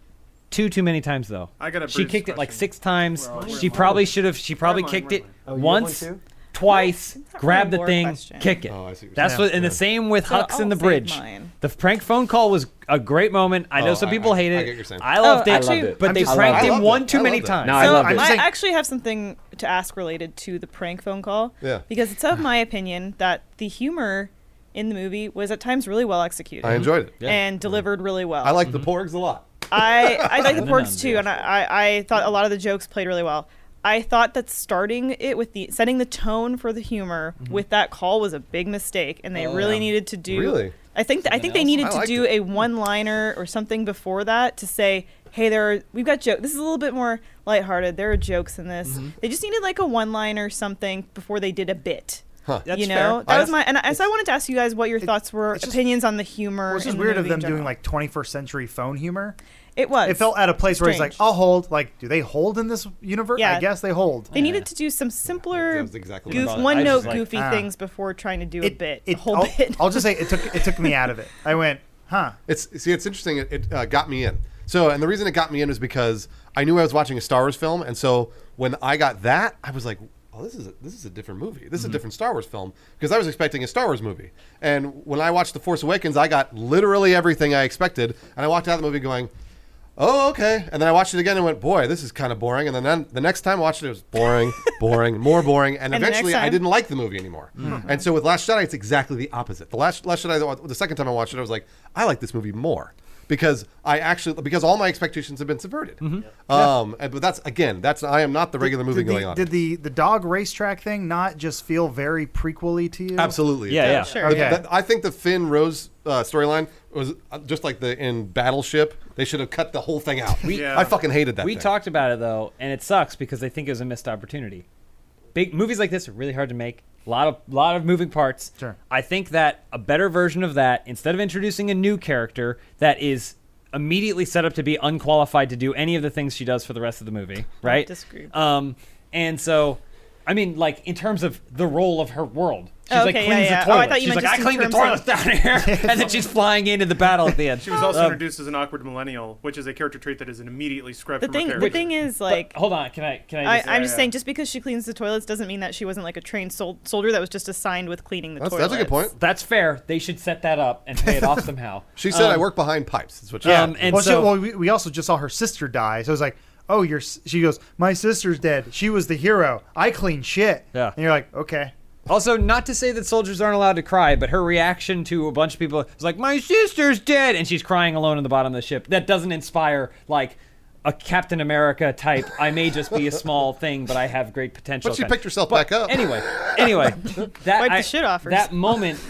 too too many times though. I got a She Bruce kicked it like question. six times. We're all- we're she in line. probably should have. She probably Oh, We're in line, kicked we're it in line. once. twice, Isn't that grab really the more thing, question? kick it. Oh, I see what you're That's saying. what, and the same with So Hux I'll in the save bridge. mine. The prank phone call was a great moment. I know Oh, some I- people I- hate I it. get what you're saying. I loved Oh, it, I loved it. but I'm they just- pranked I him loved one it. too I many loved it. times. No, I so loved I it. saying- actually have something to ask related to the prank phone call. Yeah. Because it's of my opinion that the humor in the movie was at times really well executed. I enjoyed it. And delivered really well. I like the Porgs a lot. [laughs] I, I [laughs] like the And the porgs nuns, too, yeah. and I, I, I thought a lot of the jokes played really well. I thought that starting it with the setting the tone for the humor Mm-hmm. with that call was a big mistake, and Oh, they really needed to do. Really? I think th- I think they I needed to liked do it. a one-liner or something before that to say, "Hey, there are, we've got jokes. This is a little bit more lighthearted. There are jokes in this." Mm-hmm. They just needed like a one-liner or something before they did a bit. That's you know, fair. that I- was my and I, so I wanted to ask you guys what your thoughts were, it's just- opinions on the humor. Well, it's in just the weird of movie in them doing general. like 21st century phone humor. it was. It felt at a place where it's like, Strange. I'll hold. Like, do they hold in this universe? I Yeah. guess they hold. They needed to do some simpler, That was exactly what I goof, thought. one I note just like, goofy ah. things before trying to do a bit, a whole I'll, bit. I'll just say it took it took me out of it. I went, huh? It's see, it's interesting. It, it uh, got me in. So, and the reason it got me in is because I knew I was watching a Star Wars film, and so when I got that, I was like, "Oh, this is a, this is a different movie. This is a Mm-hmm. different Star Wars film." Because I was expecting a Star Wars movie, and when I watched The Force Awakens, I got literally everything I expected, and I walked out of the movie going. Oh, okay. And then I watched it again and went, boy, this is kind of boring. And then- then the next time I watched it, it was boring, [laughs] boring, more boring. And And, the next eventually I time- didn't like the movie anymore. And so with Last Jedi, it's exactly the opposite. The last Last Jedi, the- the second time I watched it, I was like, I like this movie more because I actually because all my expectations have been subverted. Um, and- but that's again, that's I am not the regular movie did going the, on. Did the the dog racetrack thing not just feel very prequely to you? Absolutely, Yeah, yeah. Sure. Okay. yeah. That- I think the Finn Rose uh, storyline was uh, just like the in Battleship. They should have cut the whole thing [laughs] out. Yeah. I fucking hated that. We thing. talked about it though, and it sucks because I think it was a missed opportunity. Big movies like this are really hard to make. A lot of lot of moving parts. Sure. I think that a better version of that, instead of introducing a new character that is immediately set up to be unqualified to do any of the things she does for the rest of [laughs] the movie, right? disagree. Um, and so, I mean, like in terms of the role of her world, she's Oh, like okay, cleans yeah, yeah. the Oh, I toilet. thought you she's meant like, I just in clean the terms toilets of- [laughs] down here, [laughs] and then she's flying into the battle at the end. She was also Um, introduced as an awkward millennial, which is a character trait that is an immediately scrubbed The from thing, her the character. thing is, like, Hold on, can I? [laughs] Can I? I, Just, uh, I'm just yeah. saying, just because she cleans the toilets doesn't mean that she wasn't like a trained sol- soldier that was just assigned with cleaning the That's, toilets. that's a good point. that's fair. They should set that up and pay [laughs] it off somehow. She said, Um, "I work behind pipes." That's what she Yeah. Um, said. and well, she- so, well, we, we also just saw her sister die, so it was like, oh, your s- she goes, my sister's dead. She was the hero. I clean shit. Yeah. And you're like, okay. also, not to say that soldiers aren't allowed to cry, but her reaction to a bunch of people is like, "My sister's dead," and she's crying alone in the bottom of the ship. That doesn't inspire like a Captain America type. I may just be a small thing, but I have great potential. But she kind- picked herself But back up. Anyway, anyway, that [laughs] Wipe the I- shit off her. That moment,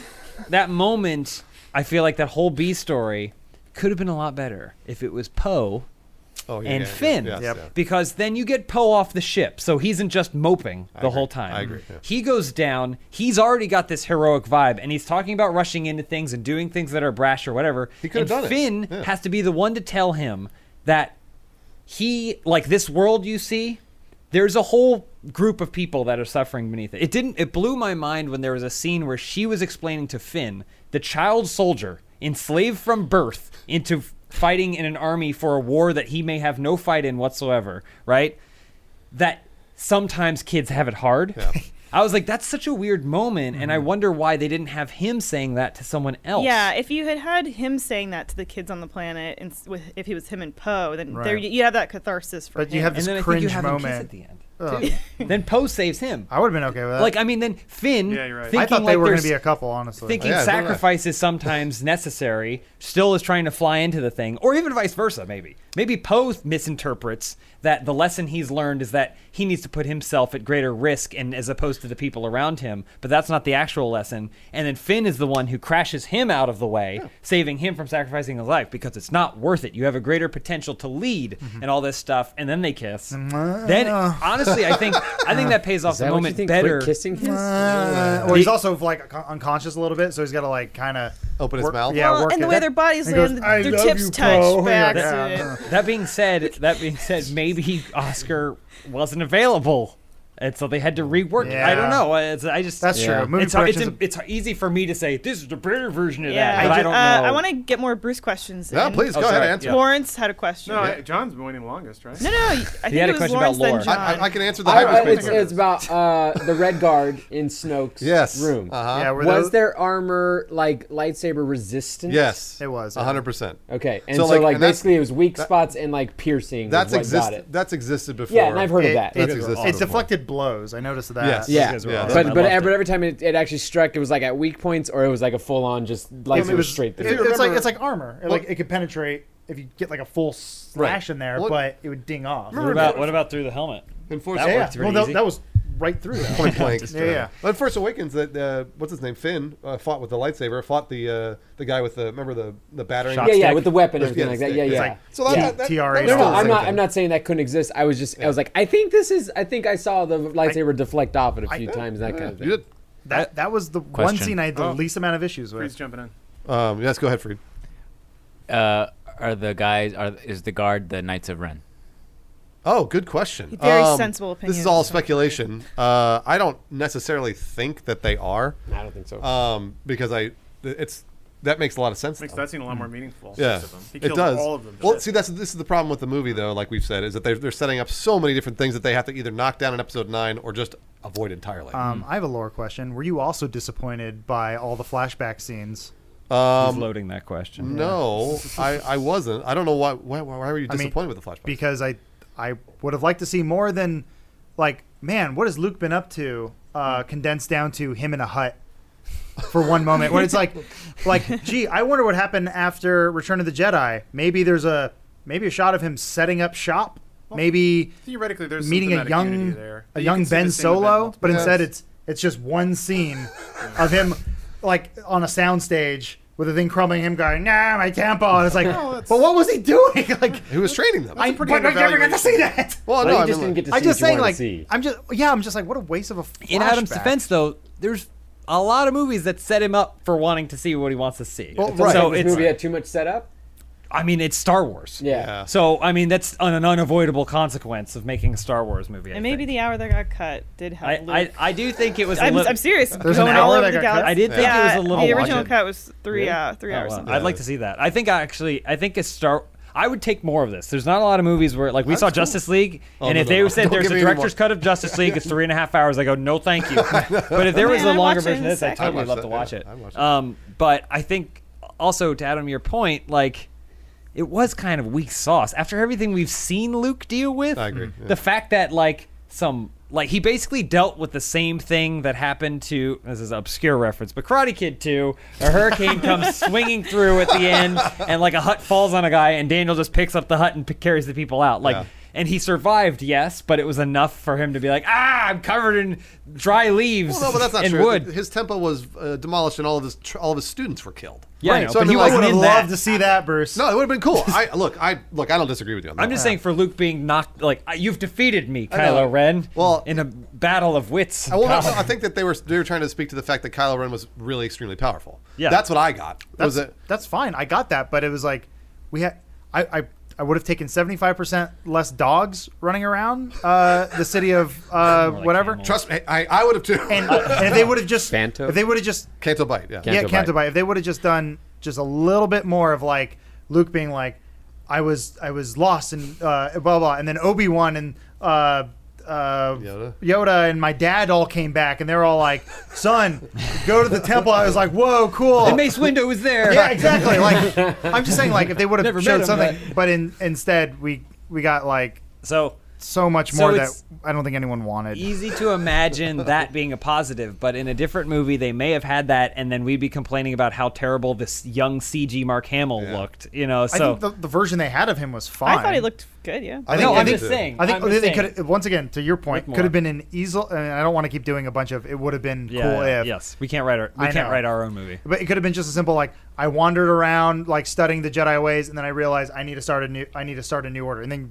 that moment, I feel like that whole B story could have been a lot better if it was Poe Oh, yeah, and yeah, yeah, Finn yes, Yep. yeah. because then you get Poe off the ship, so he isn't just moping the agree. whole time. I agree, yeah. He goes down. He's already got this heroic vibe, and he's talking about rushing into things and doing things that are brash or whatever. He could've and done it. Finn Yeah. has to be the one to tell him that he, like this world you see, there's a whole group of people that are suffering beneath it. It didn't. It blew my mind when there was a scene where she was explaining to Finn, the child soldier enslaved from birth into f- fighting in an army for a war that he may have no fight in whatsoever. Right that sometimes kids have it hard. [laughs] I was like, that's such a weird moment, and I Mm-hmm. wonder why they didn't have him saying that to someone else. Yeah, if you had had him saying that to the kids on the planet, and s- with, if he was him and Poe, then there Right. you, you have that catharsis for But him. you have and this then I think you cringe have him kiss at moment. the end. too. then Poe saves him. I would have been okay with that. Like, I mean, then Finn. Yeah, you're right. I Thinking I thought like they were going there's- to be a couple, honestly. Thinking Yeah, I don't know. sacrifice is [laughs] sometimes necessary, still is trying to fly into the thing, or even vice versa, maybe. Maybe Poe misinterprets that the lesson he's learned is that he needs to put himself at greater risk and as opposed to the people around him, but that's not the actual lesson. And then Finn is the one who crashes him out of the way, saving him from sacrificing his life because it's not worth it. You have a greater potential to lead Mm-hmm. and all this stuff, and then they kiss. Ah. [laughs] Then honestly, I think I think that pays off Is the that what you moment think? better. Quick kissing kiss? Uh, well, he's also like con- unconscious a little bit, so he's got to like kind of Open his mouth? Yeah, well, work and the it. way their bodies He goes, land, "I their love tips you, touch Poe. by Yeah, yeah. accident. That being said, that being said, maybe Oscar wasn't available and so they had to rework. it. I Yeah. don't know. It's, I just That's Yeah. true. Movie it's, hard- it's, productions- it's easy for me to say this is the better version of Yeah, that. But I, I, don't uh, know. I want to get more Bruce questions. No, in. please go Oh, ahead sorry. and answer. Yeah. Lawrence had a question. No, I, John's been waiting longest, right? no, no. [laughs] I think had a it was question Lawrence about then lore. John. I, I, I can answer the I, I, hyperspace. it's, one. it's about uh, the red guard in Snoke's yes. room. Uh-huh. yeah, were Was those- there armor like lightsaber resistance? Yes. It was, yeah. 100%. Okay, and So, so, like, like, and that's- basically it was weak spots and like piercing. That's That's got existed it. that's existed before. Yeah, and I've heard of that. That's it, existed it before. deflected blows. I noticed that. Yes. yeah, guys were yeah. awesome. but I but, loved but it. every time it, it actually struck, it was like at weak points or it was like a full on just lightsaber it was straight It, through. it's like remember- it's like armor. It, like it could penetrate if you get like a full slash in there, Well, but it would ding off. What about what about through the helmet? In Force That yeah, worked well, pretty that, easy. that was right through. [laughs] That. point blank. [laughs] Yeah, uh, yeah. But in Force Awakens, that uh, what's his name, Finn, uh, fought with the lightsaber, fought the uh, the guy with the remember the the battering. Shot yeah, yeah, stick. with the weapon and There's- everything yeah, like that. stick. Yeah, It's yeah. like- so that- Yeah. that- that- TRA that was No, No, still no, the I'm same not. thing. I'm not saying that couldn't exist. I was just. I was like, I think this is. I think I saw the lightsaber deflect off it a few times. That kind of You thing. did. That that was the one Question. scene I had the Oh. least amount of issues Freeze with. jumping in. Um, yes, go ahead, Freed. Uh, are the guys? Are is the guard the Knights of Ren? Oh, good question. Very Um, sensible This is opinion. all speculation. Uh, I don't necessarily think that they are, I don't think so. um, because I it's that makes a lot of sense. Makes though. that scene a lot more meaningful. Yeah, Six of them. He it killed does. all of them. Well, see, that's this is the problem with the movie, though. Like we've said, is that they're they're setting up so many different things that they have to either knock down in episode nine or just avoid entirely. Mm. Um, I have a lore question. Were you also disappointed by all the flashback scenes? He's loading that question. Um, [laughs] no, I, I wasn't. I don't know why. Why, why were you I mean, disappointed with the flashback? Because I I would have liked to see more than like man, what has Luke been up to? Hmm. Uh, condensed down to him in a hut for one moment, where [laughs] it's like like gee, I wonder what happened after Return of the Jedi. Maybe there's a maybe a shot of him setting up shop. Maybe theoretically, there's meeting something a out of unity young there. a You young can see the Ben same event Solo, multiple but times. instead Yes. it's it's just one scene of him like on a soundstage with a thing crumbling, him going nah my tempo, and it's [laughs] like, that's- but what was he doing? [laughs] Like Who was training them? I pretty but I never got to undervaluation. see that. well, Well, no, you I just mean, didn't get to I'm see just what you saying, wanted like to see. I'm just yeah, I'm just like what a waste of a flashback. In Adam's defense, though, there's a lot of movies that set him up for wanting to see what he wants to see. Well, Right. So this it's, movie had too much setup. I mean, it's Star Wars. Yeah. So I mean, that's an, an unavoidable consequence of making a Star Wars movie. I And maybe think. the hour that got cut did help. I, I, Luke. I do think it was. a I'm, little- I'm serious. There's an Going hour all that over the got cut? galaxy. I did think yeah, it was a little. The watch original it. cut was three, uh, three hours. Oh, wow. something. I'd like to see that. I think I actually, I think it's Star. I would take more of this. There's not a lot of movies where, like, we saw Justice League, and Oh, no, if no, they no. said Don't there's give a me any more. director's cut of Justice League, it's three and a half hours. I go, no, thank [laughs] you. but if there was Man, a I'd longer watch it in version a of this, I second. I'd totally watch love that, to watch yeah. it. I'd watch it. Um, but I think also to Adam your point, like. It was kind of weak sauce after everything we've seen Luke deal with. I agree, yeah. The fact that like some like he basically dealt with the same thing that happened to this is an obscure reference but karate kid 2 a [laughs] hurricane comes swinging through at the [laughs] end and like a hut falls on a guy and daniel just picks up the hut and p- carries the people out like Yeah. and he survived yes but it was enough for him to be like ah i'm covered in dry leaves well, no, but that's not and true. wood His temple was uh, demolished, and all of his tr- all of his students were killed. Yeah, I know, so but I mean, he like, I would wasn't have in loved that. to see that verse. no, it would have been cool. I look, I look, I don't disagree with you. On that. I'm just saying for Luke being knocked like "Uh, you've defeated me, know. Kylo Ren, Well- in a battle of wits. I, well, no, Kylo- I think that they were they were trying to speak to the fact that Kylo Ren was really extremely powerful. Yeah. that's what I got. that's, was it? that's fine. I got that, but it was like we had I I, I would have taken seventy five percent less dogs running around uh, the [laughs] city of uh, like whatever. camels. Trust me, I, I would have too. [laughs] And, and if they would have just Banto? if they would have just Canto Bite, yeah. Canto yeah Canto Bite. Bite, if they would have just done just a little bit more of like Luke being like I was I was lost and uh, blah blah, and then Obi Wan and. Uh, uh, Yoda? Yoda and my dad all came back, and they're all like, "Son, go to the temple." I was like, "Whoa, cool!" and Mace Windu was there. Yeah, exactly. [laughs] Like I'm just saying, like if they would Never have showed met him, something, but, in, instead we we got like So so much So more that it's- I don't think anyone wanted. easy to [laughs] imagine that being a positive, but in a different movie, they may have had that, and then we'd be complaining about how terrible this young CG Mark Hamill Yeah. looked. You know, I so think the, the version they had of him was fine. I thought he looked good. Yeah. I no, they I'm did just too. saying. I think I'm just they saying. could once again to your point With could have more. been an easel. And I don't want to keep doing a bunch of. It would have been Yeah, cool yeah, if yes, we can't write our we I can't know. write our own movie. But it could have been just a simple like I wandered around like studying the Jedi ways, and then I realized I need to start a new I need to start a new order. And then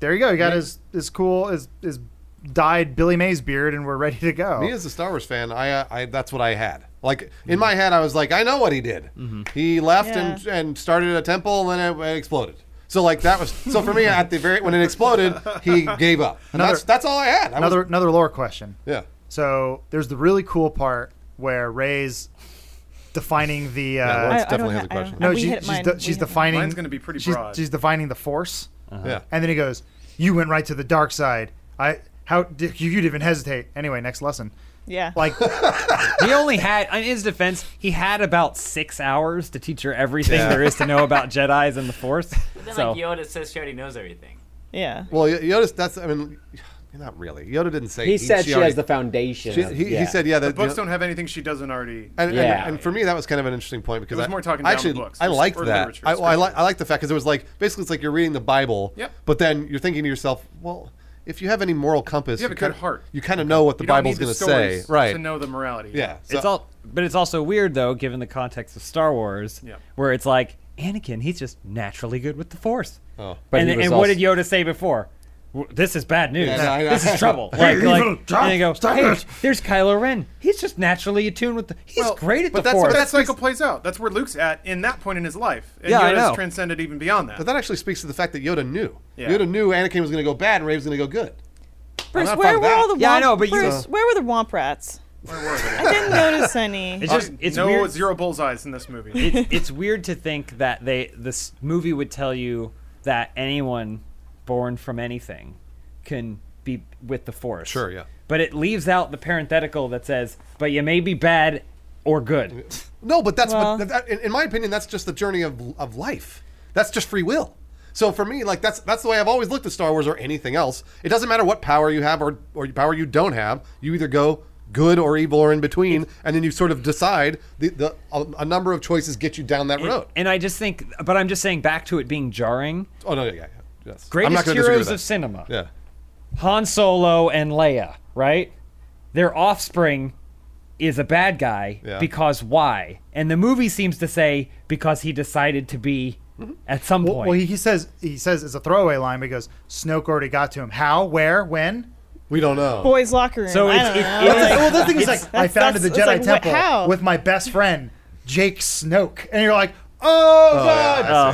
there you go. You got his his cool his his dyed Billy Mays beard, and we're ready to go. Me as a Star Wars fan, I, uh, I that's what I had. Like in my head, I was like, I know what he did. He left and Yeah. and started a temple, and then it, it exploded. So like that was so for me at the very when it exploded, he gave up. And Another- that's that's all I had. I was- Another another lore question. yeah. So there's the really cool part where Ray's defining the. Uh, Lawrence I- I don't definitely has a ha- I question. don't- no, we she, hit she's, mine. de- We she's hit mine. defining. Mine's gonna be pretty she's- broad. She's, defining the force, Uh-huh. Yeah. and then he goes, "You went right to the dark side. I how did you you'd even hesitate? Anyway, next lesson. Yeah. Like [laughs] He only had, in his defense, he had about six hours to teach her everything Yeah. there is to [laughs] know about Jedi's and the Force. Then So like Yoda says she already knows everything. yeah. Well, Y- Yoda's that's I mean [sighs] not really. Yoda didn't say He, said she, already- has the foundation. she- of- he, yeah. he said yeah that The books don't have anything she doesn't already. And, and- Yeah. and, for me, that was kind of an interesting point because It was I, more talking I down actually books I or- liked or that. literature, I, well, I, li- scripture. I like the fact because it was like basically it's like you're reading the Bible. Yep. But then you're thinking to yourself, well, if you have any moral compass, You have a kinda- good heart. You kind of know what the You don't Bible's need going the to say, stories right? To know the morality. yeah. So, it's all, but it's also weird though, given the context of Star Wars, Yeah. where it's like Anakin, he's just naturally good with the Force. Oh. But and he and was what also- did Yoda say before? W- This is bad news. Yeah, no, I know. this is [laughs] trouble. Like, like, and they go, hey, there's Kylo Ren. He's just naturally attuned with the. He's Well, great at but the that's- But Force. that cycle plays out. That's where Luke's at in that point in his life. And Yeah, I Yoda's know. transcended even beyond that. But that actually speaks to the fact that Yoda knew. Yeah. Yoda knew Anakin was going to go bad and Ray was going to go good. Bruce, not fine where with were that. all the Yeah, I womp- know, but you- Bruce, where were the womp rats? Where were they? Uh, I didn't notice any. it's just it's no weird. zero bullseyes in this movie. it's, it's weird to think that they this movie would tell you that anyone born from anything can be with the force. Sure, yeah. But it leaves out the parenthetical that says, "But you may be bad or good." No, but that's Well- what, that, in, in my opinion, that's just the journey of, of life. That's just free will. So for me, like that's that's the way I've always looked at Star Wars or anything else. It doesn't matter what power you have or or power you don't have. You either go good or evil or in between, and then you sort of decide. The, the a, a number of choices get you down [laughs] that road. And I just think, but I'm just saying, back to it being jarring. oh no, yeah, yeah, yes. I'm not Greatest gonna disagree heroes with of cinema, that. Yeah, Han Solo and Leia, right? Their offspring is a bad guy Yeah. because why? And the movie seems to say because he decided to be Mm-hmm. at some Well, point. well, he, he says he says it's a throwaway line because Snoke already got to him. How? Where? When? we don't know. boys' locker room. So I it's- don't it- know. it's- Like, well, the thing is, like, I that's- founded the that's- Jedi it's like, what- Temple how? with my best friend Jake Snoke, and you're like, oh, god, yeah, I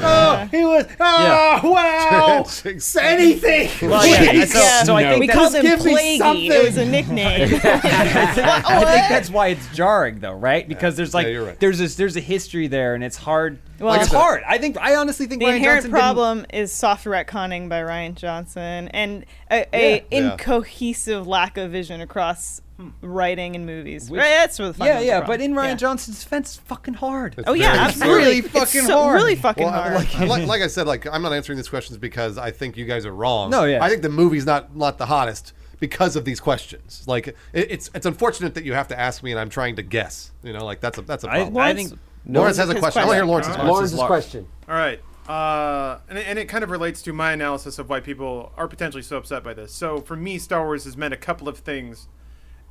see. oh, he was, oh wow, Jake Say anything. Well, yeah, Please. so- so I No. think we that- called Just him give me Plaguey. something. It was a nickname. [laughs] I think that's why it's jarring, though, right? Because there's like Yeah, you're right. there's this, there's a history there, and it's hard. Well- it's hard. I think I honestly think the Ryan inherent Johnson didn't- problem is soft retconning by Ryan Johnson and a, a Yeah. incohesive lack of vision across writing and movies. Which- right, that's where the Yeah, fundamental yeah, problem. but in Ryan Yeah. Johnson's defense, it's fucking hard. Oh yeah, Very- absolutely. really It's fucking so, hard. Really fucking Well, I- hard. like, [laughs] like, like I said, like I'm not answering these questions because I think you guys are wrong. No, yeah. I think the movie's not not the hottest because of these questions. Like it, it's it's unfortunate that you have to ask me and I'm trying to guess. You know, like that's a that's a I, problem. I Lawrence- think Lawrence has a his question. I want to hear Lawrence's question. question. Lawrence's question. All right. Uh, and, it- and it kind of relates to my analysis of why people are potentially so upset by this. So for me, Star Wars has meant a couple of things,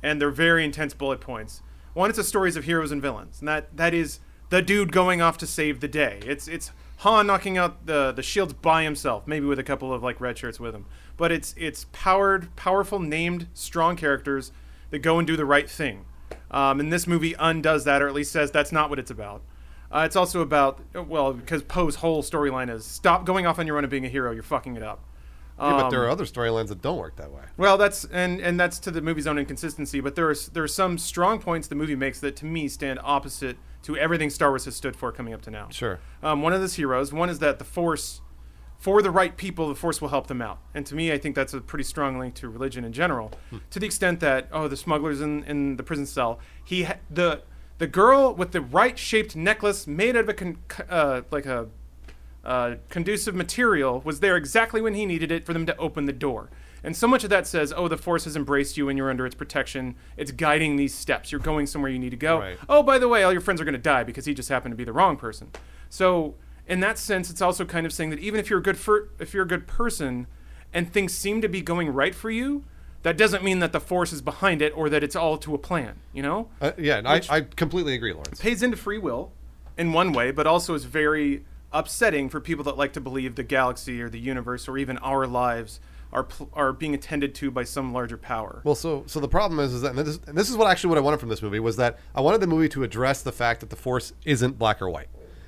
and they're very intense bullet points. One, it's the stories of heroes and villains, and that that is the dude going off to save the day. It's it's Han knocking out the the shields by himself, maybe with a couple of like red shirts with him. But it's it's powered, powerful, named, strong characters that go and do the right thing. Um, and this movie undoes that, or at least says that's not what it's about. Uh, it's also about well, because Poe's whole storyline is stop going off on your own and being a hero. You're fucking it up. Um, Yeah, but there are other storylines that don't work that way. Well, that's and and that's to the movie's own inconsistency. But there are s- there are some strong points the movie makes that to me stand opposite to everything Star Wars has stood for coming up to now. Sure. Um, one of those heroes. One is that the Force, for the right people, the Force will help them out. And to me, I think that's a pretty strong link to religion in general, Hmm. to the extent that oh, the smugglers in, in the prison cell. He ha- the the girl with the right shaped necklace made out of a con- c- uh, like a uh, conducive material was there exactly when he needed it for them to open the door. And so much of that says, oh, the force has embraced you and you're under its protection. It's guiding these steps. You're going somewhere you need to go. Right. Oh, by the way, all your friends are going to die because he just happened to be the wrong person. So, in that sense, it's also kind of saying that even if you're a good for, if you're a good person and things seem to be going right for you, that doesn't mean that the force is behind it or that it's all to a plan, you know? Uh, yeah, and I, I completely agree, Lawrence. pays into free will in one way, but also is very upsetting for people that like to believe the galaxy or the universe or even our lives are pl- are being attended to by some larger power. Well, so so the problem is, is that and this, and this is what actually what I wanted from this movie was that I wanted the movie to address the fact that the Force isn't black or white.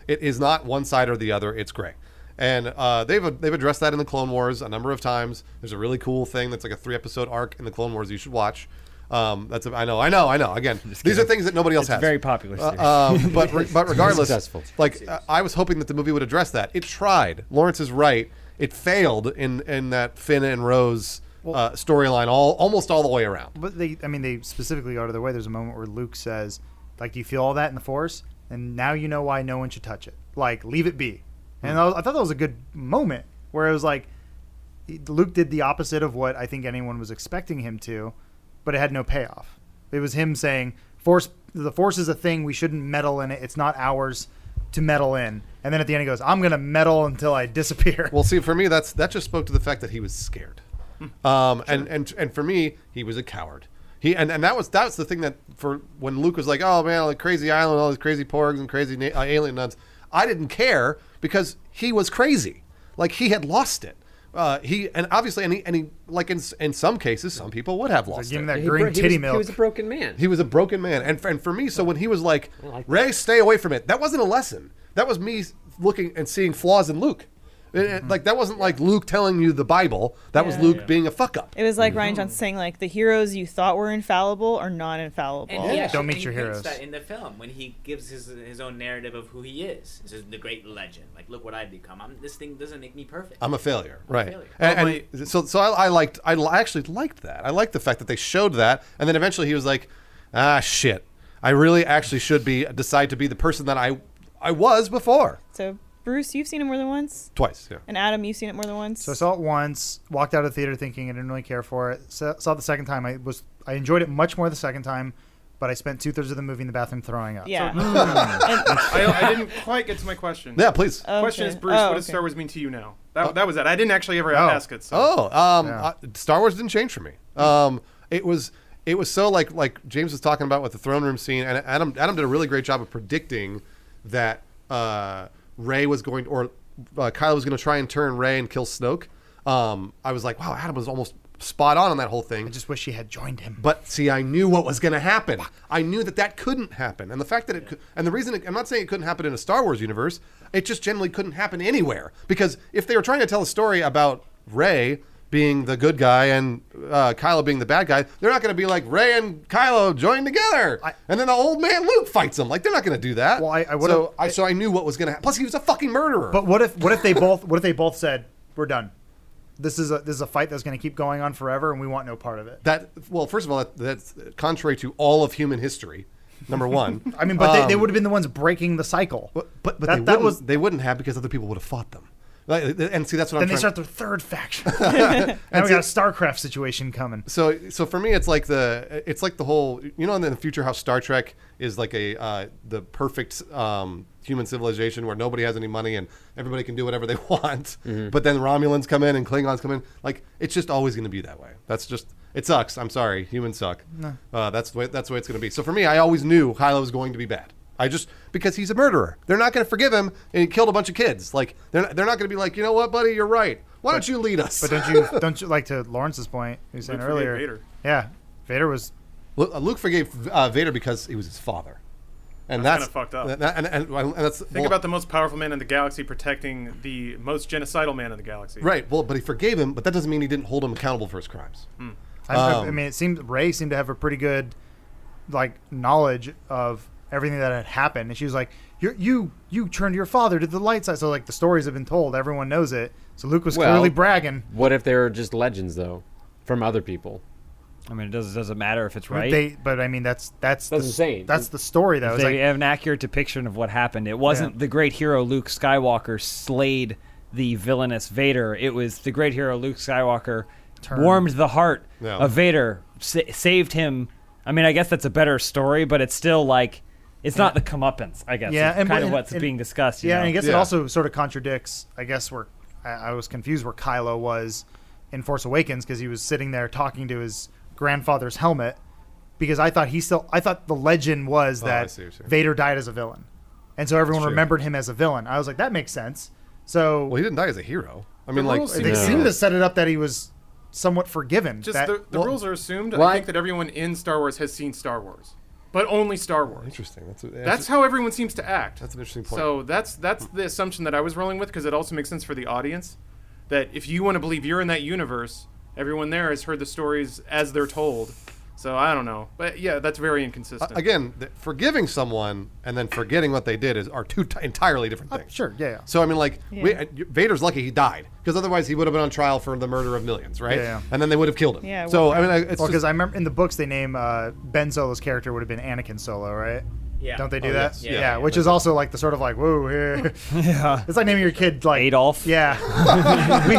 It is not one side or the other. It's gray. And uh, they've they've addressed that in the Clone Wars a number of times. There's a really cool thing that's like a three episode arc in the Clone Wars you should watch. Um, that's a, I know I know I know. [laughs] Again, these are things that nobody else It's has. very popular series. Uh, um, but re- [laughs] but regardless, Successful. like uh, I was hoping that the movie would address that. It tried. Lawrence is right. It failed in in that Finn and Rose uh, storyline all almost all the way around. But they, I mean, they specifically go to their way. There's a moment where Luke says, "Like, do you feel all that in the Force? And now you know why no one should touch it. Like, leave it be." And I, was- I thought that was a good moment where it was like, Luke did the opposite of what I think anyone was expecting him to, but it had no payoff. It was him saying, "Force, the Force is a thing. We shouldn't meddle in it. It's not ours to meddle in." And then at the end, he goes, "I'm gonna meddle until I disappear." Well, see, for me, that's that just spoke to the fact that he was scared, Hmm. um, and and and for me, he was a coward. He and, and that was that was the thing that for when Luke was like, oh man, like crazy island, all these crazy porgs and crazy na- uh, alien nuns. I didn't care because he was crazy. Like he had lost it. Uh, he and obviously, and he, and he like in s- in some cases, some people would have lost Give it. him that He green bro- he titty was- milk. He was a broken man. He was a broken man, and and for me, so when he was like, "Ray, stay away from it," that wasn't a lesson. That was me looking and seeing flaws in Luke. And, Mm-hmm. and, Like that wasn't like Luke telling you the Bible. That was Yeah. Luke being a fuck up. It was like Ryan Johnson saying, like, the heroes you thought were infallible are not infallible. And he Yeah. actually- Don't meet and your he paints heroes. That in the film, when he gives his his own narrative of who he is, this is the great legend. Like, look what I've become. I'm, this thing doesn't make me perfect. I'm a failure, right? failure. And, and so, so I, I liked. I li- actually liked that. I liked the fact that they showed that, and then eventually he was like, "Ah, shit! I really actually should be decide to be the person that I I was before." So, Bruce, you've seen it more than once. Twice, yeah. And Adam, you've seen it more than once. So I saw it once, walked out of the theater thinking I didn't really care for it. Sa- saw it the second time. I was I enjoyed it much more the second time, but I spent two thirds of the movie in the bathroom throwing up. [laughs] yeah. [laughs] I, I didn't quite get to my question. Yeah, please. Okay. Question is, Bruce, Oh, what does okay. Star Wars mean to you now? That, that was it. I didn't actually ever ask it. So. Oh, um, Yeah. uh, Star Wars didn't change for me. Um, it was it was so like like James was talking about with the throne room scene, and Adam Adam did a really great job of predicting that uh, Ray was going or uh, Kylo was going to try and turn Ray and kill Snoke. Um, I was like, wow, Adam was almost spot on on that whole thing. I just wish she had joined him. But see, I knew what was going to happen. I knew that that couldn't happen, and the fact that it could, and the reason it, I'm not saying it couldn't happen in a Star Wars universe, it just generally couldn't happen anywhere. Because if they were trying to tell a story about Ray being the good guy and uh, Kylo being the bad guy, they're not going to be like Ray and Kylo join together, and then the old man Luke fights him. Like they're not going to do that. Well, I- I would've- so I so I knew what was going to happen. Plus, he was a fucking murderer. But what if what if they both what if they both said we're done? This is a this is a fight that's going to keep going on forever, and we want no part of it. that well, first of all, that, that's contrary to all of human history. Number one. [laughs] I mean, but they, they Um, would have been the ones breaking the cycle. But but, but That- they, that wouldn't, was- they wouldn't have because other people would have fought them. Like, and see, that's what then I'm trying. they start their third [laughs] faction. [laughs] now we got a StarCraft situation coming. so so for me, it's like the it's like the whole you know in the future how Star Trek is like a uh, the perfect um, human civilization where nobody has any money and everybody can do whatever they [laughs] want. Mm-hmm. But then Romulans come in and Klingons come in. Like it's just always going to be that way. That's just it sucks. I'm sorry, humans suck. Uh, that's the way that's the way it's going to be. So for me, I always knew Kylo was going to be bad. I just because he's a murderer. They're not going to forgive him, and he killed a bunch of kids. Like they're not, they're not going to be like, you know what, buddy, you're right. Why don't you lead us? But don't [laughs] you don't you like to Lawrence's point? He was saying Luke forgave earlier. Vader. Yeah, Vader was Lu- uh, Luke forgave uh, Vader because he was his father, and that's, That's kinda fucked up. And, and, and, and that's Think about the most powerful man in the galaxy protecting the most genocidal man in the galaxy. right. Well, but he forgave him, but that doesn't mean he didn't hold him accountable for his crimes. Hmm. Um, I, I- Um, I mean, it seemed Ray seemed to have a pretty good, like, knowledge of everything that had happened, and she was like, "You, you, you turned your father to the light side." So like the stories have been told, everyone knows it. So Luke was Well- clearly bragging. What if they were just legends though, from other people? I mean, it does, doesn't matter if it's But right. They, but I mean, that's that's That's the, insane. That's the story though. It's they like, have an accurate depiction of what happened. It wasn't Yeah. the great hero Luke Skywalker slayed the villainous Vader. It was the great hero Luke Skywalker warmed the heart Yeah. of Vader, sa- saved him. I mean, I guess that's a better story, but it's still like it's not the comeuppance. I guess Yeah, it's and- kind of and- what's and- being discussed. you yeah, know? and I guess it Yeah. also sort of contradicts. I guess where I, I was confused where Kylo was in Force Awakens because he was sitting there talking to his grandfather's helmet because I thought he still I thought the legend was Oh, I that see what you're saying. Vader died as a villain, and so everyone true. remembered him as a villain. I was like, that makes sense. So Well, he didn't die as a hero. I mean, like rules they Yeah. seem to set it up that he was somewhat forgiven. Just that- the, the well, rules are assumed. I Why- think that everyone in Star Wars has seen Star Wars. but only Star Wars. Interesting. That's a, That's how everyone seems to act. That's an interesting point. So that's that's the assumption that I was rolling with because it also makes sense for the audience that if you want to believe you're in that universe, everyone there has heard the stories as they're told. So I don't know, but yeah, that's very inconsistent. Uh, again, th- forgiving someone and then forgetting what they did is are two t- entirely different things. Uh, sure, yeah, yeah. So I mean, like we, uh, Yeah. Vader's lucky he died because otherwise he would have been on trial for the murder of millions, right? Yeah, yeah. And then they would have killed him. Yeah, So well- I mean, I- it's Well, because just, I remember in the books they name uh, Ben Solo's character would have been Anakin Solo, right? Yeah. Don't they do Oh, that? yes. Yeah, Yeah, yeah, which is also like the sort of like whoa, [laughs] yeah. Yeah. it's like naming your kid like Adolf. [laughs] Yeah, [laughs] we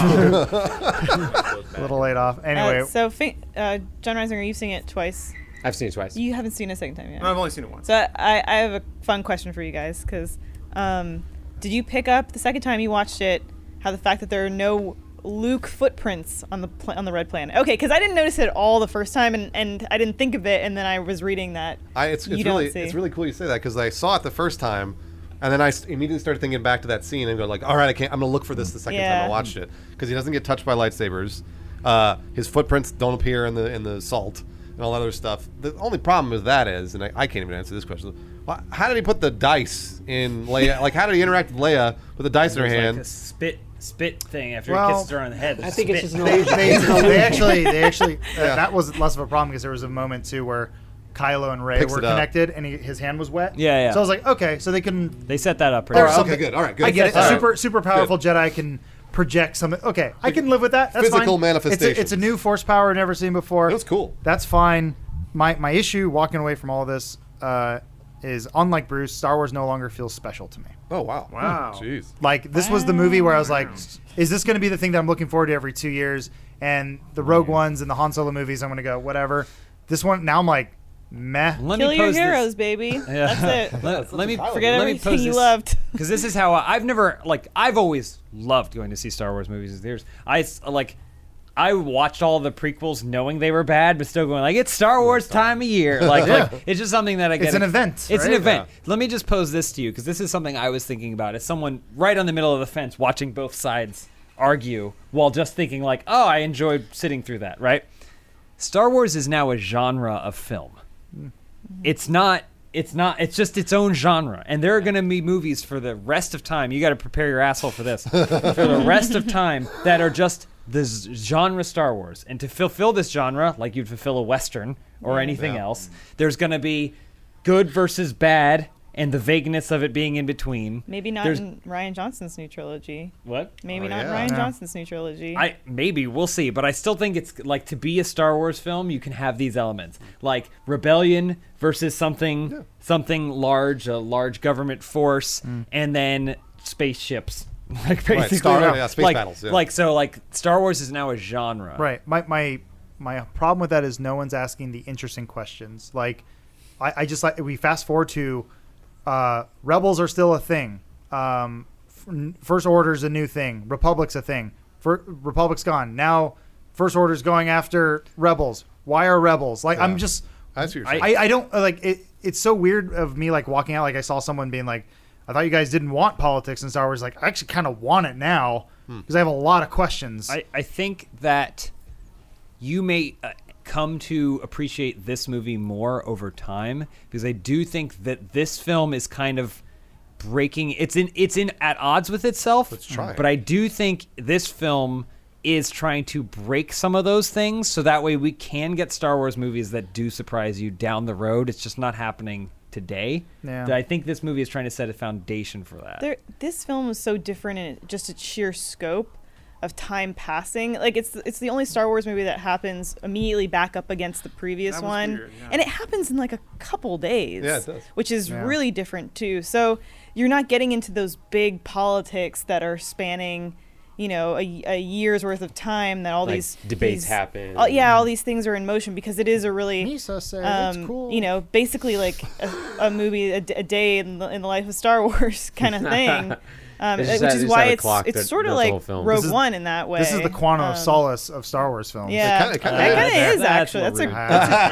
[laughs] [laughs] you, Goes back. little Adolf. Anyway, Uh, so, fa- uh, John Reisinger, you've seen it twice. I've seen it twice. You haven't seen it a second time yet. I've only seen it once. So I, I have a fun question for you guys because um, did you pick up the second time you watched it how the fact that there are no Luke footprints on the pla- on the red planet? Okay, because I didn't notice it all the first time and, and I didn't think of it and then I was reading that. I, it's, you it's don't really see. it's really cool you say that because I saw it the first time, and then I s- immediately started thinking back to that scene and go like, all right, I can't. I'm gonna look for this the second time I Yeah. watched it because he doesn't get touched by lightsabers. Uh, his footprints don't appear in the in the salt and all that other stuff. The only problem with that is, and I, I can't even answer this question. wh- How did he put the dice in Leia? like, how did he interact with Leia with the dice in her It's hand? like a spit spit thing after Well, he kisses her on the head. I think it's just an [laughs] they, illusion. they, [laughs] they actually [laughs] they actually uh, that was less of a problem because there was a moment too where Kylo and Ray Picks were it up. connected and he, his hand was wet. Yeah, yeah. So I was like, okay, so they can they set that up pretty All or right, something. Oh, okay, good. All right, good. I get it. All right. super super powerful Jedi can project something. Okay, I can live with that. That's Physical fine. It's a- It's a, manifestations. new force power never seen before. It was cool. That's fine. My my issue walking away from all this uh, is unlike Bruce, Star Wars no longer feels special to me. Hmm. Oh wow! Wow. Jeez. Like this was the movie where I was like, is this going to be the thing that I'm looking forward to every two years? And Hmm. the Rogue Ones and the Han Solo movies, I'm going to go whatever. This one now I'm like, meh. Let Kill me your pose heroes, this. baby. Yeah. That's it. [laughs] Let, let me Forget let me everything pose you this. [laughs] loved. because this is how I, I've never like I've always loved going to see Star Wars movies in theaters. I s- like I watched all the prequels knowing they were bad, but still going like it's Star Wars time of year. Like, like, it's just something that I get. an event, It's an right? event. Let me just pose this to you because this is something I was thinking about as someone right on the middle of the fence watching both sides argue while just thinking like, oh, I enjoyed sitting through that. Right? Star Wars is now a genre of film it's not it's not it's just its own genre and there are going to be movies for the rest of time you got to prepare your asshole for this for the rest of time that are just the z- genre star wars and to fulfill this genre like you'd fulfill a western or anything else there's going to be good versus bad and the vagueness of it being in between Maybe not Um, There's- in Ryan Johnson's new trilogy. what Maybe Oh, not in yeah. Ryan Yeah. Johnson's new trilogy. I maybe we'll see, but I still think it's like to be a Star Wars film, you can have these elements like rebellion versus something something large, a large government force, and then spaceships. [laughs] Like basically, Mm. Star- like- yeah, space like, battles, yeah. Like so, like Star Wars is now a genre. Right. My my my problem with that is no one's asking the interesting questions. Like, I, I just like we fast forward to uh, rebels are still a thing. Um, f- First Order's a new thing. Republic's a thing. Fir- Republic's gone now. First Order's going after rebels. Why are rebels like? I'm just. I see what you're saying. I, I don't uh, like it. It's so weird of me like walking out. Like I saw someone being like, "I thought you guys didn't want politics in Star Wars." Like I actually kind of want it now because I have a lot of questions. I, I think that you may uh, come to appreciate this movie more over time because I do think that this film is kind of breaking it's in it's in at odds with itself Let's try it. but I do think this film is trying to break some of those things so that way we can get Star Wars movies that do surprise you down the road it's just not happening today Yeah. I think this movie is trying to set a foundation for that there, this film was so different in it- just its sheer scope of time passing. Like it's it's the only Star Wars movie that happens immediately back up against the previous That was one, weird, yeah. and it happens in like a couple days. Yeah, it does. Which is Yeah. really different too. So you're not getting into those big politics that are spanning. You know, a, a year's worth of time that all Like, these debates these- happen. all- yeah, all these things are in motion because it is a really Misa said it's um, cool. You know, basically like a, a movie, a, d- a day in the, in the life of Star [laughs] Wars kind of [laughs] [laughs] thing. Um, It's uh, just which that- is it's why not a it's clock it's that sort of does the whole like film. Rogue This is- One in that way. This is the quantum of Um, solace of Star Wars films. Yeah, It kinda- kinda that is. kind of is That's actually. what That's we're-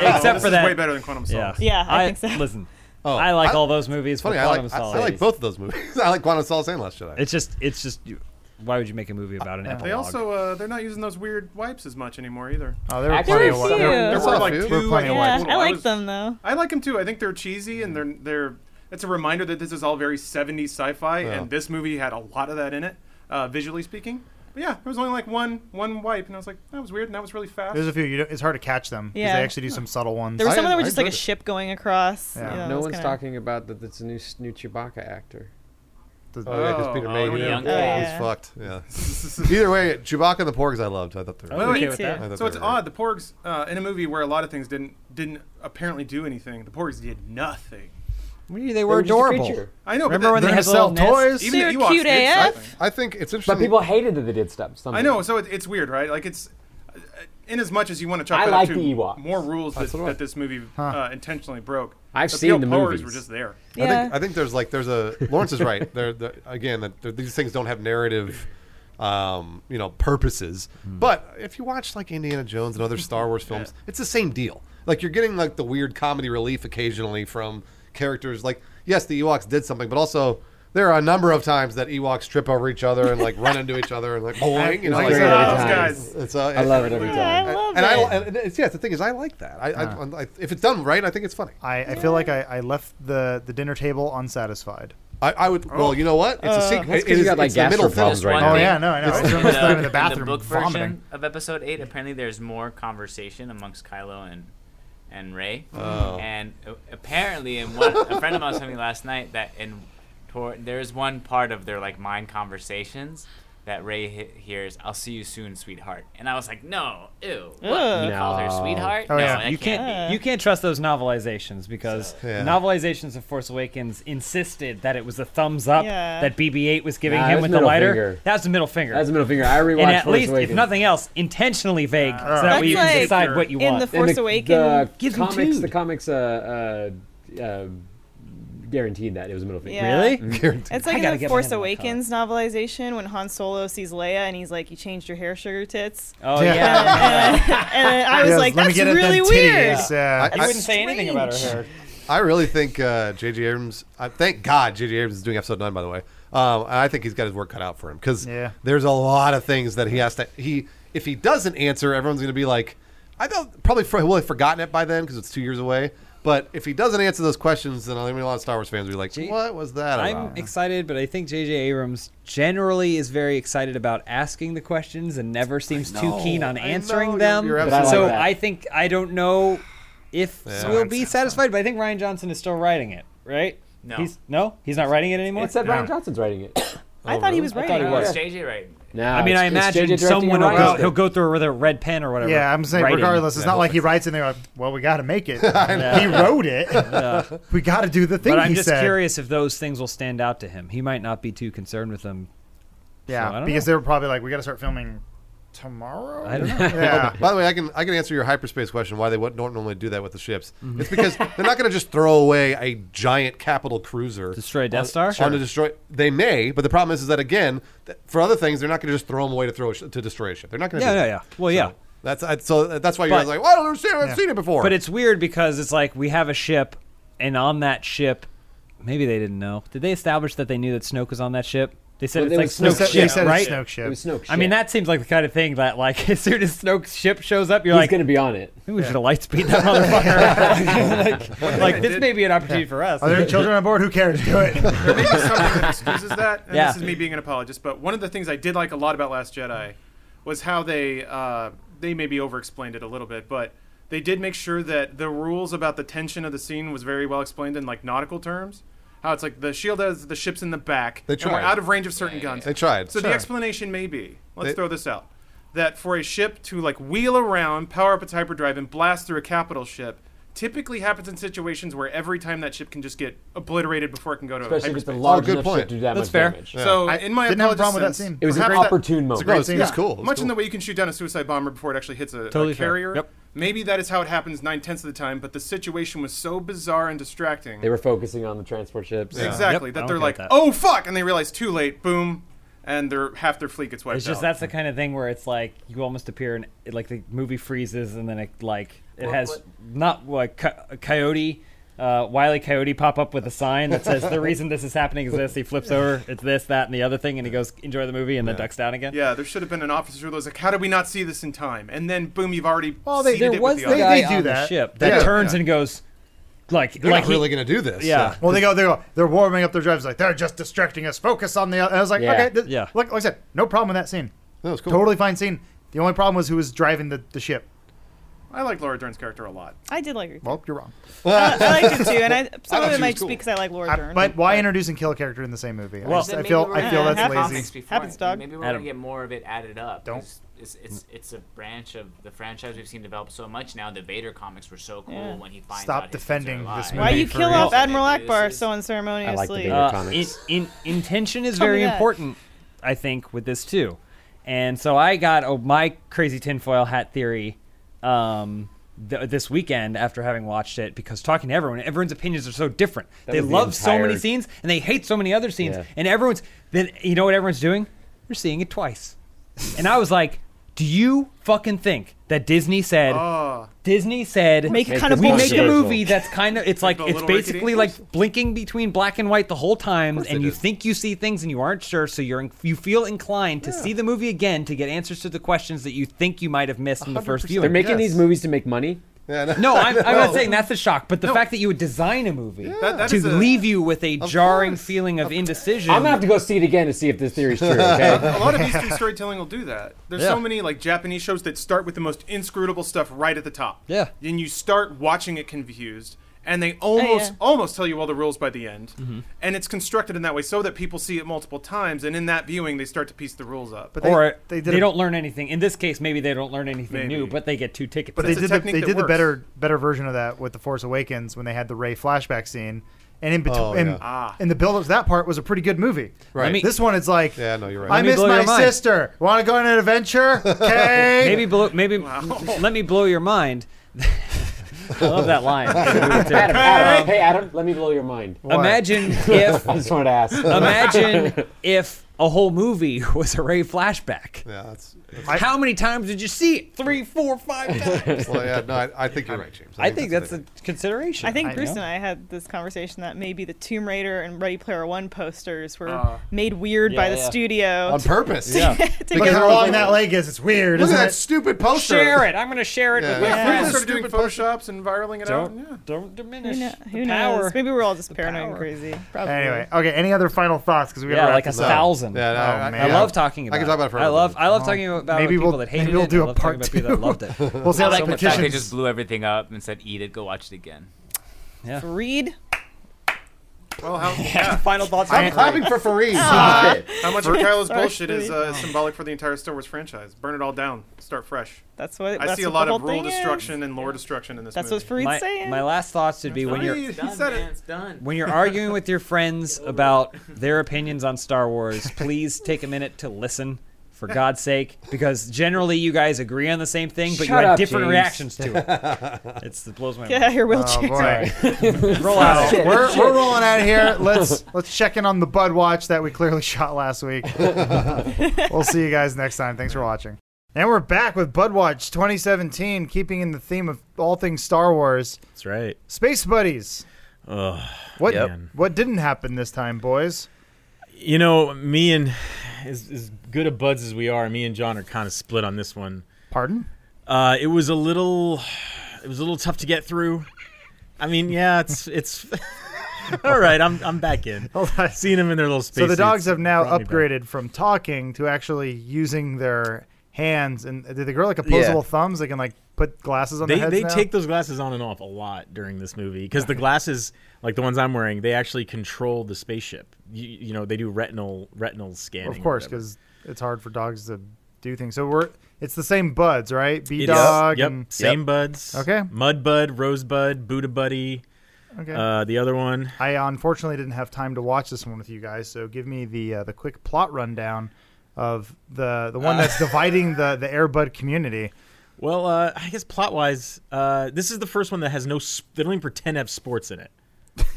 a Ah. except this for is that way better than Quantum yeah Solace. Yeah, I think so. listen Oh, I like I- all those movies Funny, for I Quantum like [laughs] I, I Solace like both of those movies. I like Quantum Solace and Last Jedi. It's just, it's just, you- Why would you make a movie about an Yeah. epilogue? They also uh, they're not using those weird wipes as much anymore either. Oh, there were Actually, plenty there of wa- were there- few. there There That's were were a like few. two. There were plenty of think, Yeah, ones. little- I like was- them though. I like them too. I think they're cheesy and they're they're. It's a reminder that this is all very '70s sci-fi, Yeah. and this movie had a lot of that in it, uh, visually speaking. But yeah, there was only like one one wipe, and I was like, that was weird, and that was really fast. There's a few. You don't, it's hard to catch them because Yeah. they actually do some subtle ones. There were I- some that were I just like a enjoyed it. ship going across. Yeah. you know, No it no was one's kinda- talking about that. That's a new s- new Chewbacca actor. The- Oh, yeah, because Oh, Peter oh, Mayhew yeah. is Yeah. fucked. Yeah. [laughs] Either way, Chewbacca and the Porgs I loved. I thought they were. Well, Me okay too. with I thought so they it's were- odd. The Porgs uh, in a movie where a lot of things didn't didn't apparently do anything. The Porgs did nothing. they, were They just a adorable. creature. I know. Remember but when that- they They're gonna had sell little nests? toys. even They're the Ewoks cute did AF. something. I think it's interesting. But people hated that they did stuff. Something. I know. So it, it's weird, right? Like it's. uh, In as much as you want to chalk I it like up to the Ewoks. more rules that, That's what I- that this movie uh, intentionally broke, I've the seen Peel the Porgs movies. were just there. Yeah. I think I think there's like there's a Lawrence is right. There the, again that there, these things don't have narrative, um, you know, purposes. Hmm. But if you watch like Indiana Jones and other Star [laughs] Wars films, it's the same deal. Like you're getting like the weird comedy relief occasionally from characters. Like yes, the Ewoks did something, but also. There are a number of times that Ewoks trip over each other and like run into each other and [laughs] like boing, you know, Like like, I said, Oh, those Nice. guys. it's, uh, I love it every I time. love and it. I and it's, yeah, the thing is, I like that. I, I, I if it's done right, I think it's funny. Uh-huh. I, I feel like I, I left the, the dinner table unsatisfied. I, I would. Well, you know what? It's Uh, a sequel. That's It 'cause you is- got, like, it's the middle gastro film. problems right Uh, Oh now. yeah, no, I know. I in, spent most the, time in the in the bathroom book vomiting. version of episode 8 apparently there's more conversation amongst kylo and and ray and uh, apparently in one a friend of mine was telling me last night that in tor- there's one part of their like mind conversations that ray he- hears i'll see you soon sweetheart and i was like no ew what? he Ugh. called her No. sweetheart Oh, no yeah. that You can't, can't be. you can't trust those novelizations because Yeah. novelizations of Force Awakens insisted that it was a thumbs up Yeah. that BB-8 was giving Nah, him that's with the middle lighter. finger. That's the middle finger. That's the middle finger. I rewatched and at Force least, Awakens. if nothing else, intentionally vague, so that That's way you like can decide what you in want. the Force the, Awakens. The Gives me comics, two. the comics, uh, uh, uh, guaranteed that it was a middle finger. Mm-hmm. Yeah. Really? [laughs] Guaranteed. It's I like gotta in the get my Force hand on that Awakens novelization when Han Solo sees Leia and he's like, "You changed your hair, sugar tits," oh Yeah. yeah. [laughs] and [laughs] then I was Yes, like, let me "That's get at really them weird." titties. I- Yeah. You I- wouldn't say anything about her hair. I really think uh, J.J. Abrams. I thank God J.J. Abrams is doing episode nine. By the way, um, and I think he's got his work cut out for him because Yeah. there's a lot of things that he has to. He if he doesn't answer, everyone's going to be like, I don't probably for, will have forgotten it by then because it's two years away. But if he doesn't answer those questions, then I think a lot of Star Wars fans will be like, Gee, "What was that?" I'm about? excited, but I think J.J. Abrams generally is very excited about asking the questions and never seems too know, keen on I answering know, you're- them. you're absolutely so right. I think I don't know if Yeah. we'll be satisfied, but I think Ryan Johnson is still writing it, right? No. He's no, he's not writing it anymore. It said Ryan Johnson's writing it. I Oh, thought he was [coughs] I right. thought he no, was. it's jj right No, I mean, it's- I it's imagine JJ directing someone and will Ryan go, Johnson. he'll go through with a red pen or whatever. Yeah, I'm saying write it. regardless, it's Yeah, not like he hopefully. writes in there like, "Well, we got to [laughs] make it." he wrote it. [laughs] We got to do the thing But I'm he just said. curious if those things will stand out to him. He might not be too concerned with them. So, I Yeah, don't because know. they were probably like, "We got to start filming tomorrow." I don't know. Yeah. By the way, I can I can answer your hyperspace question why they would- don't normally do that with the ships. Mm-hmm. It's [laughs] because they're not going to just throw away a giant capital cruiser. Destroy a Death on- Star? On to destroy. They may, but the problem is, is that again, th- for other things, they're not going to just throw them away to throw a sh- to destroy a ship. They're not going to. Yeah, do yeah, that. yeah. Well, So yeah. That's I, so. That's why you guys But- are like, well, I don't understand. I've Yeah. seen it before. But it's weird because it's like we have a ship, and on that ship, maybe they didn't know. Did they establish that they knew that Snoke was on that ship? They said Well, they it's were They like Snoke's said- Snoke's they ship, said it's right? Snoke's ship. It was Snoke's I mean, shit. that seems like the kind of thing that, like, [laughs] as soon as Snoke's ship shows up, you're he's like, going to be on it. maybe we should have light [laughs] speed that [laughs] motherfucker. like, like, this may be an opportunity for us. Are there children on board? Who cares? Do it. there may be something that excuses that, and Yeah. this is me being an apologist. But one of the things I did like a lot about Last Jedi was how they uh, they maybe over-explained it a little bit, but they did make sure that the rules about the tension of the scene was very well explained in like nautical terms. How it's like the shield has the ships in the back, They and we're tried. out of range of certain guns. they tried. So Sure. the explanation may be, let's They- throw this out, that for a ship to like wheel around, power up its hyperdrive, and blast through a capital ship. Typically happens in situations where every time that ship can just get obliterated before it can go to Especially if it's a hyperspace. large Oh, good enough point. ship to do that That's much fair. damage. So I in my didn't have a apologist problem with that sense, scene. It was an perhaps that- opportune it's a moment. great scene. Yeah. It's cool. It's much cool. in the way you can shoot down a suicide bomber before it actually hits a, a Totally fair. carrier. Yep. Maybe that is how it happens nine tenths of the time, but the situation was so bizarre and [laughs] distracting. They were focusing on the transport ships. exactly Yep, that I'm they're okay like, with that. oh fuck, and they realize too late. Boom, and their half their fleet gets wiped It's just out. that's the kind of thing where it's like you almost appear in it, like the movie freezes and then it like it Well, has what- not like co- a coyote uh, Wiley Coyote pop up with a sign that says the reason this is happening is this. He flips over, it's this, that, and the other thing, and he goes enjoy the movie, and then ducks down again. Yeah, there should have been an officer that was like, "How did we not see this in time?" And then, boom, you've already. Well, they- seeded there it was with the the they- audience. guy they do on the that. ship that Yeah. turns and goes, like, They're like not he- really going to do this. Yeah. Well, they go, they go, they're warming up their drives. Like they're just distracting us. Focus on the. And I was like, Yeah. okay, th- Yeah. Like, like I said, no problem with that scene. That was cool. Totally fine scene. The only problem was who was driving the, the ship. I like Laura Dern's character a lot. I did like her. Well, you're wrong. Uh, I, I liked it too, [laughs] and I, some of she it might was just cool. be because I like Laura I- Dern. but why introduce and kill a character in the same movie? I, just- I feel I feel gonna that's have lazy. Before. Happens, dog. Maybe we're Adam. gonna get more of it added up. Don't. 'cause It's, it's it's a branch of the franchise we've seen develop so much now. The Vader comics were so cool Yeah. when he finds out Stop his kids defending are this alive. Why movie you for kill real. off Admiral This is- Akbar so I unceremoniously? like the Uh, in, comics. in, intention is Tell me very that. important, I think, with this too. And so I got oh, my crazy tinfoil hat theory um, th- this weekend after having watched it because talking to everyone, everyone's opinions are so different. That they was the love so many entire- scenes and they hate so many other scenes. Yeah. And everyone's then you know what everyone's doing? They're seeing it twice. and I was like, do you fucking think that Disney said Ah. Oh, Disney said Make it kind of the we Fuck make bullshit. a yeah. movie that's kind of it's like Like the it's Little basically Rickety? like blinking between black and white the whole time they and you did. think you see things and you aren't sure so you're in, you feel inclined to see the movie again to get answers to the questions that you think you might have missed in the first 100%. Oh. viewing They're Yes. making these [laughs] movies to make money. Yeah, no. no I'm, I'm [laughs] not saying that's the shock but the fact that you would design a movie That- that is to a- leave you with a jarring course. feeling of indecision I'm gonna have to go see it again to see if this theory's true. Okay. [laughs] a lot of Eastern storytelling will do that. There's Yeah. so many like Japanese shows that start with the most inscrutable stuff right at the top. Yeah. And you start watching it confused, and they almost Oh, yeah. almost tell you all the rules by the end, Mm-hmm. and it's constructed in that way so that people see it multiple times, and in that viewing they start to piece the rules up. But they, or they they, did a- don't learn anything in this case maybe they don't learn anything Maybe. new but they get two tickets But they That's a did the, technique they that did the works. better better version of that with the Force Awakens when they had the Ray flashback scene, and in between Oh, and, yeah. Ah. and the build up to that part was a pretty good movie. Right. me- This one is like, Yeah, no, you're right. I me miss blow my your mind. sister. Want to go on [laughs] an adventure? Okay. Maybe blow. Maybe let me blow your mind. I love that [laughs] line. Adam, Adam, hey Adam, let me blow your mind. What? Imagine if [laughs] I just wanted to ask. [laughs] imagine if a whole movie [laughs] was a Ray flashback. Yeah, that's. that's How many times did you see it? Three, four, five times. [laughs] well, yeah, no, I, I think you're right, James. I think that's the a consideration. I think I Bruce know. and I had this conversation that maybe the Tomb Raider and Ready Player One posters were Uh, made weird by Ah. yeah, the yeah. studio. on purpose. [laughs] Yeah. to Look get at how all long the- that leg is. It's weird, Look at isn't that it? stupid poster. [laughs] share it. I'm going to share it Yeah. with my Yeah. People friends. started doing Stupid photoshops and viraling it out. Yeah. Don't, don't Who, diminish kno- who the knows? power. Maybe we're all just paranoid and power. crazy. Probably. Anyway, okay. Any other final thoughts? Because we Yeah, gotta wrap like a this No. up. thousand. Yeah, no, Oh, I, man. I love talking about. I can talk about it for I love. hours. I love talking about maybe people we'll- that maybe hated we'll it. and do I a love talking part about people that two. loved it. We'll see I how like that the fact they petitions. just blew everything up and said, "Eat it, go watch it again." Read. Well, how, [laughs] yeah. Final thoughts. I'm clapping for Fareed. how much of Kylo's Sorry, bullshit is Steve. uh, symbolic for the entire Star Wars franchise? Burn it all down. Start fresh. That's what. I that's see a what lot the of whole rule thing is. destruction and lore destruction in this That's what movie. Fareed's my, saying. my last thoughts would be when you're He Done, said it. man, It's done. when you're arguing with your friends about their opinions on Star Wars, please take a minute to listen, for God's sake, because generally you guys agree on the same thing, but you Shut had up, different James. reactions to it. [laughs] It's, it blows my Get out of mind. your Oh, wheelchair. boy. [laughs] [laughs] Roll [laughs] out. Well, we're, we're rolling out of here. Let's let's check in on the Bud Watch that we clearly [laughs] shot last week. we'll see you guys next time. Thanks for watching. And we're back with Bud Watch 2017, keeping in the theme of all things Star Wars, That's right. space buddies. what Yep. what didn't happen this time, boys? You know, me and as, as good a buds as we are, me and John are kind of split on this one. Pardon? Uh, it was a little, it was a little tough to get through. I mean, yeah, it's it's [laughs] all right. I'm I'm back in. [laughs] Hold on. Seeing them in their little space. So the dogs have now upgraded from talking to actually using their hands, and do they grow like opposable thumbs? They can like put glasses on They, their heads they now? take those glasses on and off a lot during this movie because the glasses, like the ones I'm wearing, they actually control the spaceship. You, you know, they do retinal retinal scanning. of course, because because it's hard for dogs to do things. So we're it's the same buds, right? B It is- dog. Yep. and- Same buds. Okay. Mud bud, rose bud, Buddha buddy. Okay. Uh, the other one. I uh, unfortunately didn't have time to watch this one with you guys, so give me the uh, the quick plot rundown of the the one Uh. that's dividing the the Airbud community. Well, uh, I guess plot wise, uh, this is the first one that has no. s they don't even pretend to have sports in it.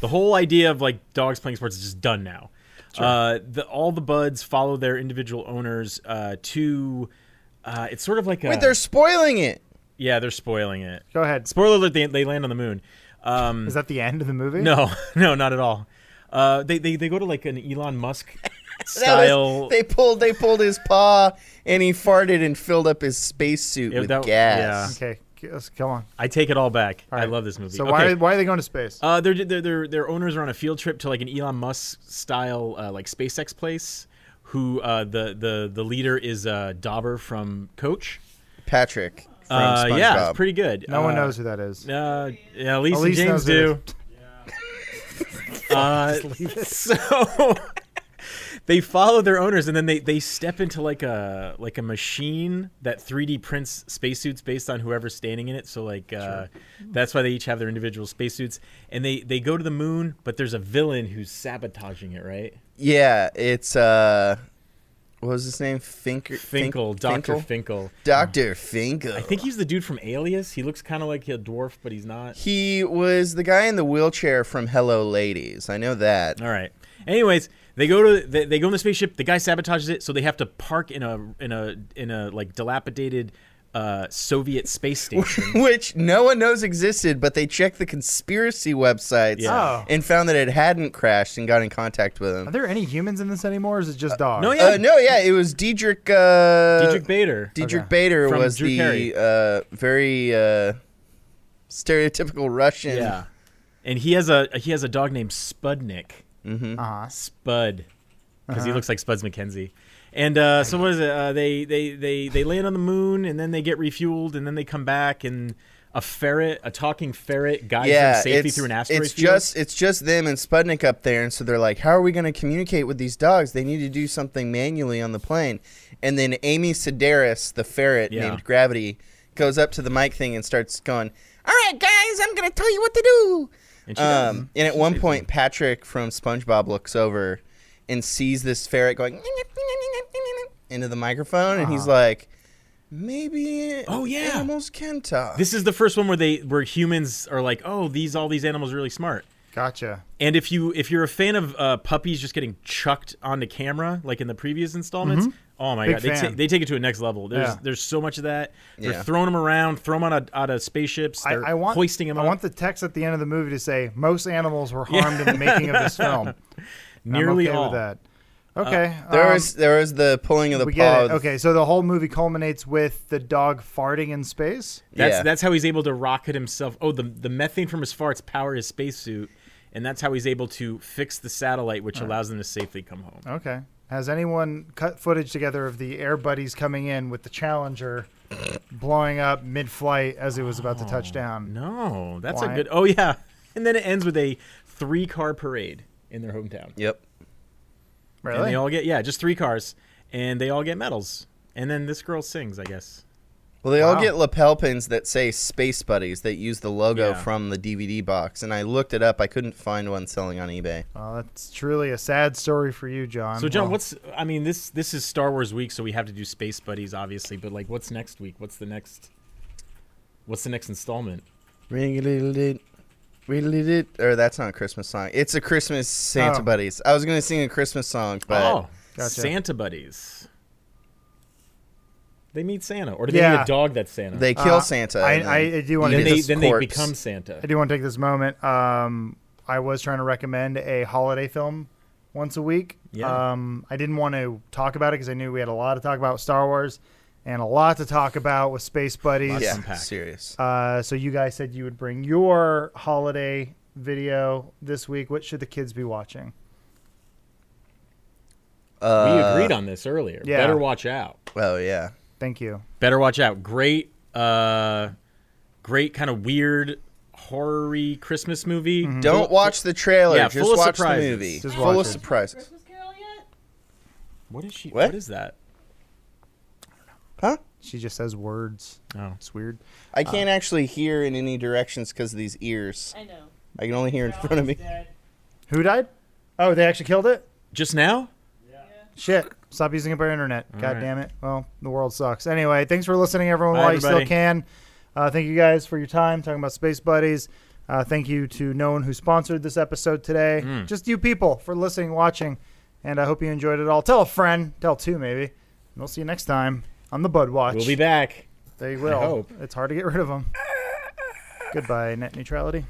The whole idea of like dogs playing sports is just done now. Uh, the, all the buds follow their individual owners uh, to. Uh, it's sort of like a. Wait, they're spoiling it. yeah, they're spoiling it. Go ahead. Spoiler alert: they, they land on the moon. Um, Is that the end of the movie? no, [laughs] no, not at all. Uh, they, they they go to like an [laughs] Elon Musk style. they pulled they pulled his paw and he farted and filled up his spacesuit Yeah, with that- gas. Okay, g- let's go on. I take it all back. All I right. love this movie. So okay. why are, why are they going to space? Uh, their, their their their owners are on a field trip to like an Elon Musk style uh, like SpaceX place. Who uh, the the the leader is uh, Dauber from Coach. Patrick from uh, SpongeBob. yeah, it's pretty good. no one Uh, knows who that is. Uh, yeah, Elise, Elise and knows James who do. [laughs] uh, so [laughs] they follow their owners, and then they, they step into like a like a machine that 3D prints spacesuits based on whoever's standing in it. So like uh, that's why they each have their individual spacesuits, and they they go to the moon, but there's a villain who's sabotaging it, right? Yeah, it's uh what was his name? Finker Finkel, Fink- Doctor Finkel? Finkel. Hmm. Dr. Finkel. I think he's the dude from Alias. He looks kind of like a dwarf, but he's not. he was the guy in the wheelchair from Hello Ladies. I know that. All right. Anyways, they go to they, they go in the spaceship. The guy sabotages it, so they have to park in a in a in a like dilapidated uh, Soviet space station. [laughs] Which no one knows existed, but they checked the conspiracy websites Yeah. Oh. and found that it hadn't crashed and got in contact with him. Are there any humans in this anymore, or is it just dogs? no, yeah, Uh, no, yeah, it was Diedrich. Uh, Dietrich Bader. Diedrich Bader From was Drew Carey. the uh, very uh, stereotypical Russian. Yeah, and he has a he has a dog named Spudnik. Mm-hmm. Uh-huh. Spud, because Uh-huh. he looks like Spuds McKenzie. And uh, so what is it? Uh, they, they they they land on the moon, and then they get refueled, and then they come back, and a ferret, a talking ferret, guides yeah, them safely it's, through an asteroid it's field. just it's just them and Sputnik up there, and so they're like, "How are we going to communicate with these dogs? They need to do something manually on the plane." And then Amy Sedaris, the ferret Yeah. named Gravity, goes up to the mic thing and starts going, "All right, guys, I'm going to tell you what to do." And she does. Um, and at one point, Patrick from SpongeBob looks over and sees this ferret going into the microphone, and he's like, "Maybe Uh-huh. Oh, yeah. animals can talk." This is the first one where they where humans are like, oh, these all these animals are really smart. Gotcha. And if you if you're a fan of uh, puppies just getting chucked onto camera like in the previous installments, oh my Mm-hmm. Big god, they, fan. ta- they take it to a next level. There's Yeah. there's so much of that. They're Yeah. throwing them around, throw them out of, out of spaceships. I, They're I want hoisting them I up. want the text at the end of the movie to say most animals were harmed in the making of [laughs] this film. And Nearly I'm okay all. Uh, with that. Okay. There um, was there was the pulling of the we paw. get it. Okay, so the whole movie culminates with the dog farting in space. That's yeah. that's how he's able to rocket himself. Oh, the the methane from his farts power his spacesuit, and that's how he's able to fix the satellite, which allows them to safely come home. Okay. Has anyone cut footage together of the air buddies coming in with the Challenger blowing up mid-flight as it was about to touch down? Oh, No, that's a Why? good. Oh yeah, and then it ends with a three car parade in their hometown. Yep. And Really? they all get yeah, just three cars, and they all get medals. And then this girl sings, I guess. Well, they Wow. all get lapel pins that say Space Buddies that use the logo Yeah. from the DVD box, and I looked it up. I couldn't find one selling on eBay. well, that's truly a sad story for you, John. So John, Well, what's I mean this this is Star Wars week, so we have to do space buddies, obviously. But like, what's next week? What's the next? What's the next installment? Ring a little did, Or that's not a Christmas song. It's a Christmas Santa Oh. Buddies. I was gonna sing a Christmas song, but oh, Gotcha. Santa buddies. They meet Santa, or do they Yeah. meet a dog that's Santa? they kill Uh, Santa. I, and I, then- I do want then to Eat they his then they corpse. become I Santa. do want to take this moment. Um, I was trying to recommend a holiday film once a week. Yeah. Um, I didn't want to talk about it because I knew we had a lot to talk about with Star Wars and a lot to talk about with Space Buddies. yeah, unpack. serious. Uh, so you guys said you would bring your holiday video this week. What should the kids be watching? we Uh, agreed on this earlier. yeah. Better watch out. Well, yeah. Thank you. Better watch out. Great, uh, great kind of weird, horror-y Christmas movie. Don't watch the trailer. Yeah, just full of watch surprises. the movie. Just watch full of it. surprises. What is she? What? what is that? Huh? She just says words. Oh. It's weird. I can't actually hear in any directions because of these ears. I know. I can only hear in front of me. Who died? Oh, they actually killed it? Just now? Shit. Stop using up our internet. God damn it. Well, the world sucks. Anyway, thanks for listening, everyone, Bye, while you everybody. still can. Uh, thank you guys for your time talking about Space Buddies. Uh, thank you to no one who sponsored this episode today. Hmm. Just you people for listening, watching, and I hope you enjoyed it all. Tell a friend, tell two maybe. And we'll see you next time on the Bud Watch. We'll be back. They will. hope. It's hard to get rid of them. Goodbye, net neutrality.